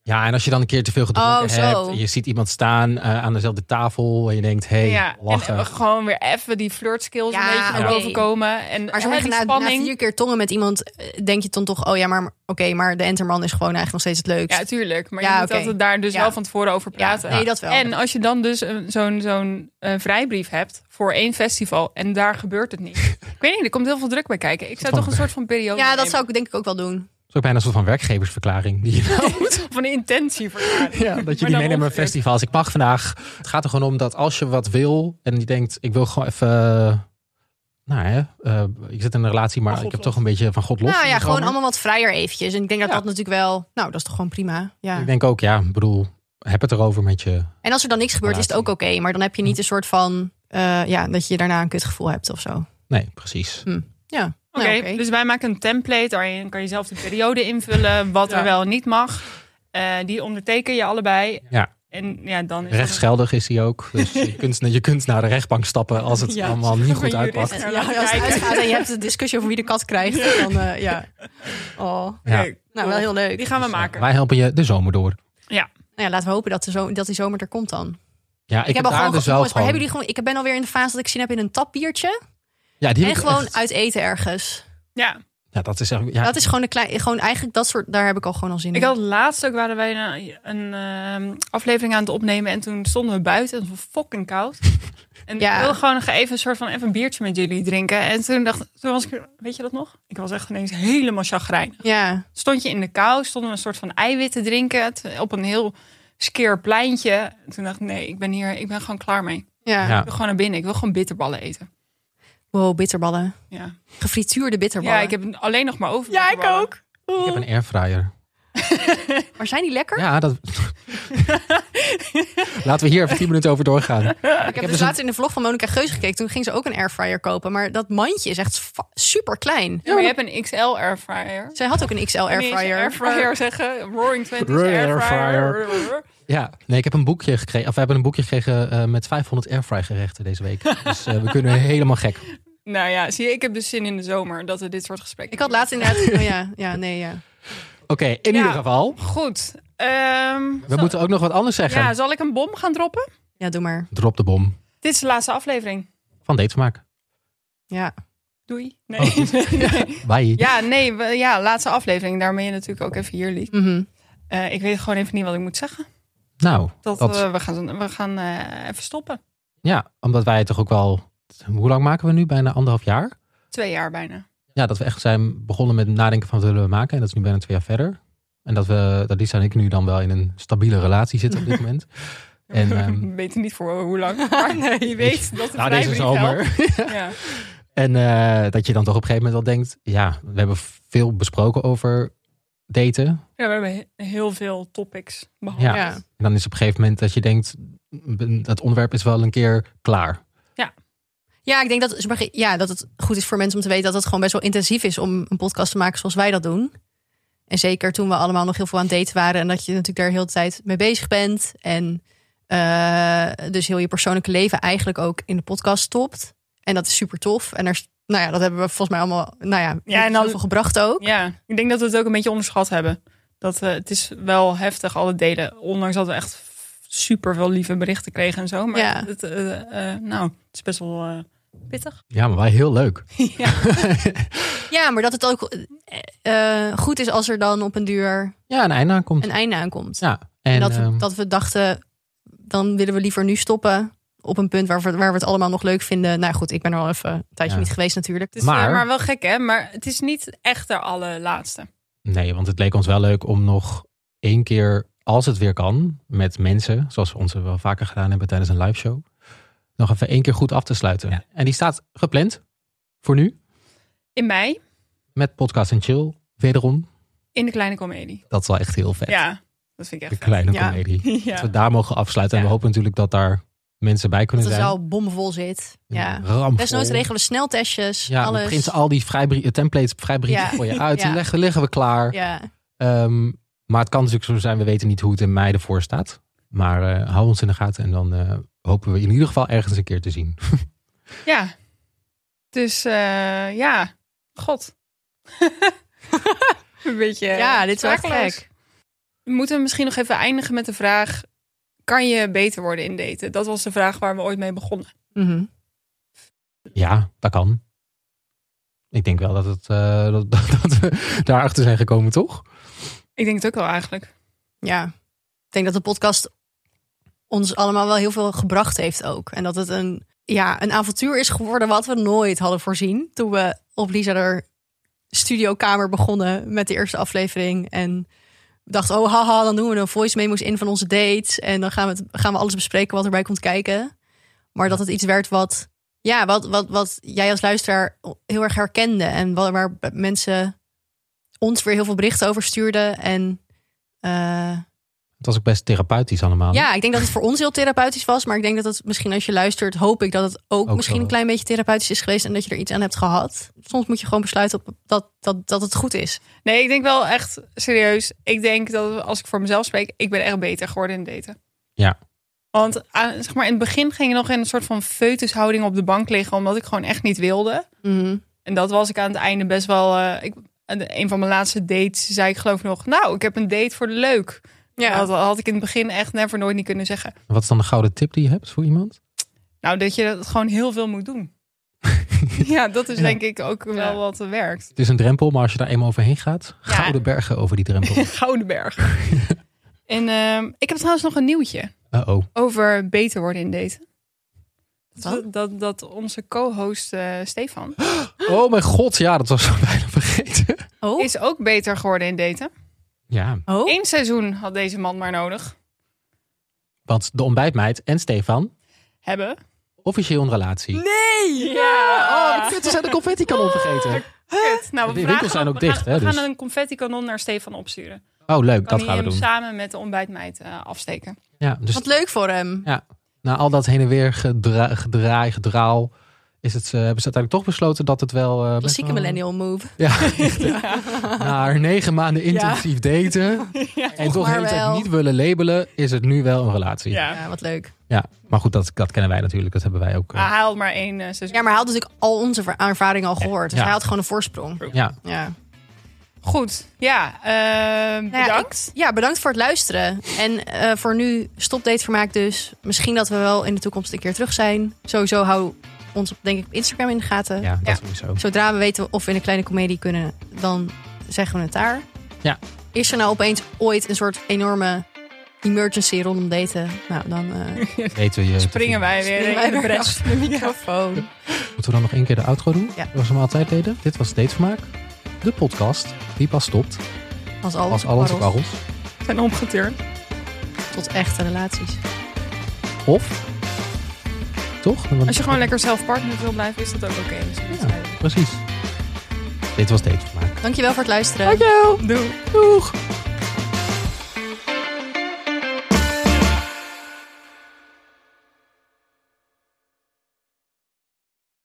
S3: Ja, en als je dan een keer te veel gedronken
S2: Oh, zo.
S3: hebt. En je ziet iemand staan eh, aan dezelfde tafel. En je denkt, hé, hey,
S1: ja,
S3: lachen.
S1: en eh, gewoon weer even die flirtskills
S2: Ja,
S1: een beetje naar
S2: oké.
S1: boven komen. En
S2: Maar zo
S1: hè,
S2: na,
S1: die
S2: na
S1: spanning.
S2: vier keer tongen met iemand eh, denk je dan toch... oh ja, maar oké, maar de enterman is gewoon eigenlijk nog steeds het leukst.
S1: Ja, tuurlijk. Maar
S2: Ja,
S1: je moet
S2: oké.
S1: altijd daar dus
S2: Ja.
S1: wel van tevoren over praten.
S2: nee, dat wel.
S1: En als je dan dus een- zo'n zo'n eh, vrijbrief hebt voor één festival en daar gebeurt het niet. ik weet niet, er komt heel veel druk bij kijken. Ik zou toch een soort van periode
S2: ja, dat
S1: nemen.
S2: zou ik denk ik ook wel doen.
S3: Het is ook bijna een soort van werkgeversverklaring. Die je nou-
S1: Van een intentie voor
S3: ja, dat je
S1: dan
S3: die meeneemt naar
S1: ongeveer.
S3: festivals. Ik mag vandaag. Het gaat er gewoon om dat als je wat wil. En je denkt, ik wil gewoon even... eh, Nou hè, eh, ik zit in een relatie, maar
S1: Van God
S3: ik heb
S1: los.
S3: toch een beetje van God los.
S2: nou
S3: in
S2: ja,
S3: de
S2: gewoon
S3: zomer.
S2: allemaal wat vrijer eventjes. En ik denk dat
S3: Ja.
S2: dat natuurlijk wel... Nou, dat is toch gewoon prima. Ja.
S3: Ik denk ook, ja, ik bedoel, heb het erover met je.
S2: En als er dan niks gebeurt, is het ook oké. maar dan heb je niet een soort van... eh, ja, dat je daarna een kutgevoel hebt of zo.
S3: Nee, precies.
S2: Ja,
S1: Oké,
S2: Nou,
S1: dus wij maken een template. Daarin kan je zelf de periode invullen, wat
S3: Ja.
S1: er wel en niet mag. Eh, die onderteken je allebei.
S3: Ja.
S1: En ja, dan is het
S3: Rechtsgeldig is hij ook. Dus je kunt, je kunt naar de rechtbank stappen als het
S2: Ja.
S3: allemaal niet goed
S1: Van
S3: uitpakt.
S1: juristen.
S2: Ja, als het
S1: Kijken.
S2: uitgaat en je hebt een discussie over wie de kat krijgt, dan eh, ja. Oh,
S3: Ja.
S2: nou wel heel leuk.
S1: Die gaan we
S3: Dus, eh,
S1: maken.
S3: Wij helpen je de zomer door.
S2: Nou ja, laten we hopen dat, de zo- dat die zomer er komt dan. Ik,
S3: Ja, ik, heb
S2: al
S3: daar
S2: gewoon,
S3: dus
S2: ge-
S3: wel
S2: jongens,
S3: gewoon...
S2: maar hebben jullie gewoon... Ik ben alweer in de fase dat ik zin heb in een tapbiertje.
S3: Ja, die
S2: En
S3: heb ik
S2: gewoon
S3: echt-
S2: uit eten ergens.
S1: Ja,
S3: Ja, dat is echt... Ja,
S2: Dat is gewoon een klein... Gewoon eigenlijk dat soort... Daar heb ik al gewoon al zin
S1: ik
S2: in.
S1: had laatst ook, waren wij een, een ehm, aflevering aan het opnemen. En toen stonden we buiten. Het was fucking koud. En
S2: Ja.
S1: ik wil gewoon nog even een soort van even een biertje met jullie drinken. En toen dacht toen was ik, weet je dat nog? Ik was echt ineens helemaal chagrijnig.
S2: Ja.
S1: Stond je in de kou, stonden we een soort van eiwit te drinken. het- Op een heel skeer pleintje. En toen dacht ik, nee, ik ben hier, ik ben gewoon klaar mee.
S2: Ja.
S3: ja.
S1: Ik wil gewoon naar binnen. Ik wil gewoon bitterballen eten.
S2: Wow, bitterballen.
S1: Ja,
S2: Gefrituurde bitterballen.
S1: ja ik heb alleen nog maar over.
S2: Ja, ik
S1: bitterballen.
S2: ook.
S3: ik heb een airfryer.
S2: Maar zijn die lekker?
S3: Ja, dat... Laten we hier even tien minuten over doorgaan.
S2: ik heb dus
S3: dus een-
S2: laatst in de vlog van Monica Geus gekeken. Toen ging ze ook een airfryer kopen. Maar dat mandje is echt super klein.
S1: Ja, maar je hebt een XL airfryer.
S2: Zij had ook een XL
S1: Kan je eens
S2: airfryer.
S1: airfryer zeggen. Roaring Twenties
S3: Roaring
S1: airfryer.
S3: Ja, nee, ik heb een boekje gekregen. Of we hebben een boekje gekregen eh, met 500 airfryer gerechten deze week. Dus eh, we kunnen helemaal gek.
S1: Nou ja, zie je, ik heb dus zin in de zomer dat we dit soort gesprekken
S2: Ik had laatst inderdaad... Oh ja, ja, nee, ja.
S3: in
S1: Ja.
S3: ieder geval.
S1: Goed. Ehm,
S3: We
S1: zal-
S3: moeten ook nog wat anders zeggen.
S1: ja, zal ik een bom gaan droppen?
S2: Ja, doe maar.
S3: Drop de bom
S1: Dit is de laatste aflevering.
S3: van Datevermaak.
S2: Ja.
S1: Doei. Nee.
S3: Oh.
S1: nee, nee.
S3: Bye.
S1: Ja, nee, we- ja, laatste aflevering. Daarmee je natuurlijk ook even hier liet.
S2: Mhm.
S1: Eh, ik weet gewoon even niet wat ik moet zeggen.
S3: Nou,
S1: Dat,
S3: Dat-
S1: eh, we gaan, we gaan eh, even stoppen.
S3: ja, omdat wij toch ook wel... Hoe lang maken we nu? Bijna anderhalf jaar?
S1: Twee jaar bijna.
S3: Ja, dat we echt zijn begonnen met nadenken van wat willen we maken. En dat is nu bijna twee jaar verder. En dat we, dat Lisa en ik nu dan wel in een stabiele relatie zitten op dit moment. En, ehm,
S1: we weten niet voor hoe lang. Maar
S2: Nee.
S1: je weet dat het
S3: nou, deze zomer.
S1: Ja.
S3: En eh, dat je dan toch op een gegeven moment wel denkt, ja, we hebben veel besproken over daten.
S1: ja, we hebben he- heel veel topics behandeld.
S3: Ja.
S2: Ja.
S3: En dan is op een gegeven moment dat je denkt, mm, dat onderwerp is wel een keer klaar.
S2: Ja, ik denk dat, ze begri- ja, dat het goed is voor mensen om te weten dat het gewoon best wel intensief is om een podcast te maken zoals wij dat doen. En zeker toen we allemaal nog heel veel aan het daten waren en dat je natuurlijk daar heel de tijd mee bezig bent. En eh, dus heel je persoonlijke leven eigenlijk ook in de podcast stopt. En dat is super tof. En er, nou ja, dat hebben we volgens mij allemaal nou ja,
S1: Ja, en dan-
S2: heel veel gebracht ook.
S1: Ja, ik denk dat we het ook een beetje onderschat hebben. Dat, eh, het is wel heftig, alle delen. Ondanks dat we echt super veel lieve berichten kregen en zo. Maar
S2: Ja.
S1: het, eh, eh, nou, het is best wel eh, pittig.
S3: Ja, maar wel heel leuk.
S2: Ja, maar dat het ook eh, eh, goed is als er dan op een duur
S3: Ja, een einde aankomt.
S2: een einde aankomt.
S3: Ja,
S2: En,
S3: en,
S2: dat, we,
S3: ehm,
S2: dat we dachten, dan willen we liever nu stoppen. Op een punt waar we, waar we het allemaal nog leuk vinden. Nou goed, ik ben er al even een tijdje
S3: Ja.
S2: niet geweest natuurlijk. Dus
S1: Het is eh,
S3: Maar-
S1: maar... wel gek, hè? Maar het is niet echt de allerlaatste.
S3: nee, want het leek ons wel leuk om nog één keer, als het weer kan, met mensen, zoals we onze wel vaker gedaan hebben tijdens een live show, nog even één keer goed af te sluiten.
S1: Ja.
S3: En die staat gepland voor nu
S1: In mei,
S3: met podcast en chill wederom.
S1: in de kleine komedie.
S3: Dat is wel echt heel vet.
S1: Ja, dat vind ik
S3: De
S1: echt
S3: kleine
S2: Ja.
S3: comedie.
S1: vet. Ja.
S3: Dat we daar mogen afsluiten. En
S1: Ja.
S3: we hopen natuurlijk dat daar mensen bij
S2: Dat
S3: kunnen
S2: de
S3: zijn.
S2: zaal bomvol zit. Ja.
S3: Ramvol.
S2: Desnoods regelen we sneltestjes.
S3: Ja, dan
S2: alles.
S3: print ze al die vrijbrie- templates vrijbrieven
S2: Ja.
S3: voor je uit.
S2: Ja.
S3: En leggen, liggen we klaar.
S2: Ja.
S3: Ehm, maar het kan natuurlijk zo zijn, we weten niet hoe het in mei ervoor staat. Maar eh, hou ons in de gaten en dan eh, hopen we in ieder geval ergens een keer te zien.
S1: Ja. Dus eh, ja, god. een beetje eh,
S2: ja, dit is wel echt
S1: sprakeloos.
S2: gek.
S1: We moeten misschien nog even eindigen met de vraag... kan je beter worden in daten? Dat was de vraag waar we ooit mee begonnen.
S2: Mhm.
S3: Ja, dat kan. Ik denk wel dat, het, eh, dat, dat, dat we daarachter zijn gekomen, toch?
S1: Ik denk het ook wel eigenlijk.
S2: Ja. Ik denk dat de podcast ons allemaal wel heel veel gebracht heeft ook. En dat het een, ja, een avontuur is geworden wat we nooit hadden voorzien. Toen we op Lisa er studiokamer begonnen met de eerste aflevering. En we dachten, oh haha, dan doen we een voice memo's in van onze dates. En dan gaan we, het- gaan we alles bespreken wat erbij komt kijken. Maar dat het iets werd wat, ja, wat, wat, wat jij als luisteraar heel erg herkende. En waar, waar mensen ons weer heel veel berichten over stuurden. En eh,
S3: Het was ook best therapeutisch allemaal.
S2: ja, ik denk dat het voor ons heel therapeutisch was. Maar ik denk dat het misschien als je luistert, hoop ik dat het ook,
S3: zo
S2: misschien een
S3: was.
S2: klein beetje therapeutisch is geweest. En dat je er iets aan hebt gehad. Soms moet je gewoon besluiten op dat, dat, dat het goed is.
S1: Nee, ik denk wel echt serieus. Ik denk dat als ik voor mezelf spreek... ik ben echt beter geworden in daten.
S3: Ja.
S1: Want ah, zeg maar, in het begin ging ik nog in een soort van feutushouding op de bank liggen... omdat ik gewoon echt niet wilde. En dat was ik aan het einde best wel. eh, ik, aan de- een van mijn laatste dates zei ik geloof nog. Nou, ik heb een date voor de leuk.
S2: Ja.
S1: Dat had ik in het begin echt never nooit niet kunnen zeggen.
S3: En Wat is dan de gouden tip die je hebt voor iemand?
S1: Nou, dat je dat gewoon heel veel moet doen. ja, dat is
S3: Ja.
S1: denk ik ook wel
S2: Ja.
S1: wat werkt.
S3: Het is een drempel, maar als je daar eenmaal overheen gaat,
S1: Ja.
S3: gouden bergen over die drempel.
S1: Goudenberg. en ehm, ik heb trouwens nog een nieuwtje
S3: Uh-oh.
S1: over beter worden in daten. Dat,
S2: Wat?
S1: dat, dat onze co-host eh, Stefan
S3: Oh mijn god, ja, dat was bijna vergeten.
S2: Oh,
S1: is ook beter geworden in daten.
S3: Ja,
S2: oh.
S1: Eén seizoen had deze man maar nodig
S3: want de ontbijtmeid en Stefan,
S1: hebben.
S3: officieel een relatie.
S2: nee!
S1: Ja.
S3: Oh, de kutten zijn de confetti kanon vergeten.
S1: Kut. Nou,
S3: Die
S1: we vragen
S3: winkels zijn
S1: hem-
S3: ook
S1: we
S3: dicht,
S1: gaan,
S3: hè,
S1: We
S3: dus.
S1: gaan een confetti kanon naar Stefan opsturen.
S3: Oh, leuk,
S1: Kan hij
S3: dat gaan we
S1: hem
S3: doen.
S1: samen met de ontbijtmeid eh, afsteken.
S3: Ja, dus
S2: Wat leuk voor hem.
S3: na al dat heen en weer gedra gedraai, gedraal, is het, eh, hebben ze uiteindelijk toch besloten dat het wel... eh, best
S2: Klassieke
S3: wel-
S2: millennial move.
S3: Ja, echt, hè. na negen maanden intensief daten en toch
S2: maar
S3: heel de tijd
S2: wel.
S3: niet willen labelen, is het nu wel een relatie.
S1: Ja.
S2: Ja, wat leuk.
S3: Ja, maar goed, dat, dat kennen wij natuurlijk, dat hebben wij ook. eh,
S1: Maar hij had Ah, maar één eh, seizoen.
S2: Ja, maar hij had natuurlijk al onze ver- ervaring al gehoord. Dus
S3: Ja.
S2: hij had gewoon een voorsprong.
S3: ja,
S2: Ja.
S1: Goed, ja. ehm,
S2: Nou ja,
S1: bedankt.
S2: Ja, bedankt voor het luisteren. En eh, voor nu stopt datevermaak dus. Misschien dat we wel in de toekomst een keer terug zijn. Sowieso hou ons op, denk ik, op Instagram in de gaten.
S3: Ja,
S1: Ja.
S3: dat sowieso.
S2: Zodra we weten of we in een kleine komedie kunnen, dan zeggen we het daar.
S3: Ja.
S2: Is er nou opeens ooit een soort enorme emergency rondom daten? Nou, dan eh
S3: Weten we je te
S1: Springen
S3: vinden.
S1: wij weer
S2: springen wij
S1: in de
S2: weer
S1: bres.
S2: achter de microfoon.
S3: Moeten we dan nog één keer de outro doen?
S2: Ja.
S3: Zoals we hem altijd deden. Dit was Datevermaak. De podcast die pas stopt
S2: Als alles,
S3: als alles
S2: op
S3: op alles.
S1: Zijn omgeturnd.
S2: tot echte relaties.
S3: Of, toch?
S1: Als je gewoon lekker zelf partner wil blijven, is dat ook oké. Dus dat
S3: Ja.
S1: is fijn.
S3: Precies. Dit was Datevermaak.
S2: Dankjewel voor het luisteren.
S1: Dankjewel. Doei.
S3: Doeg!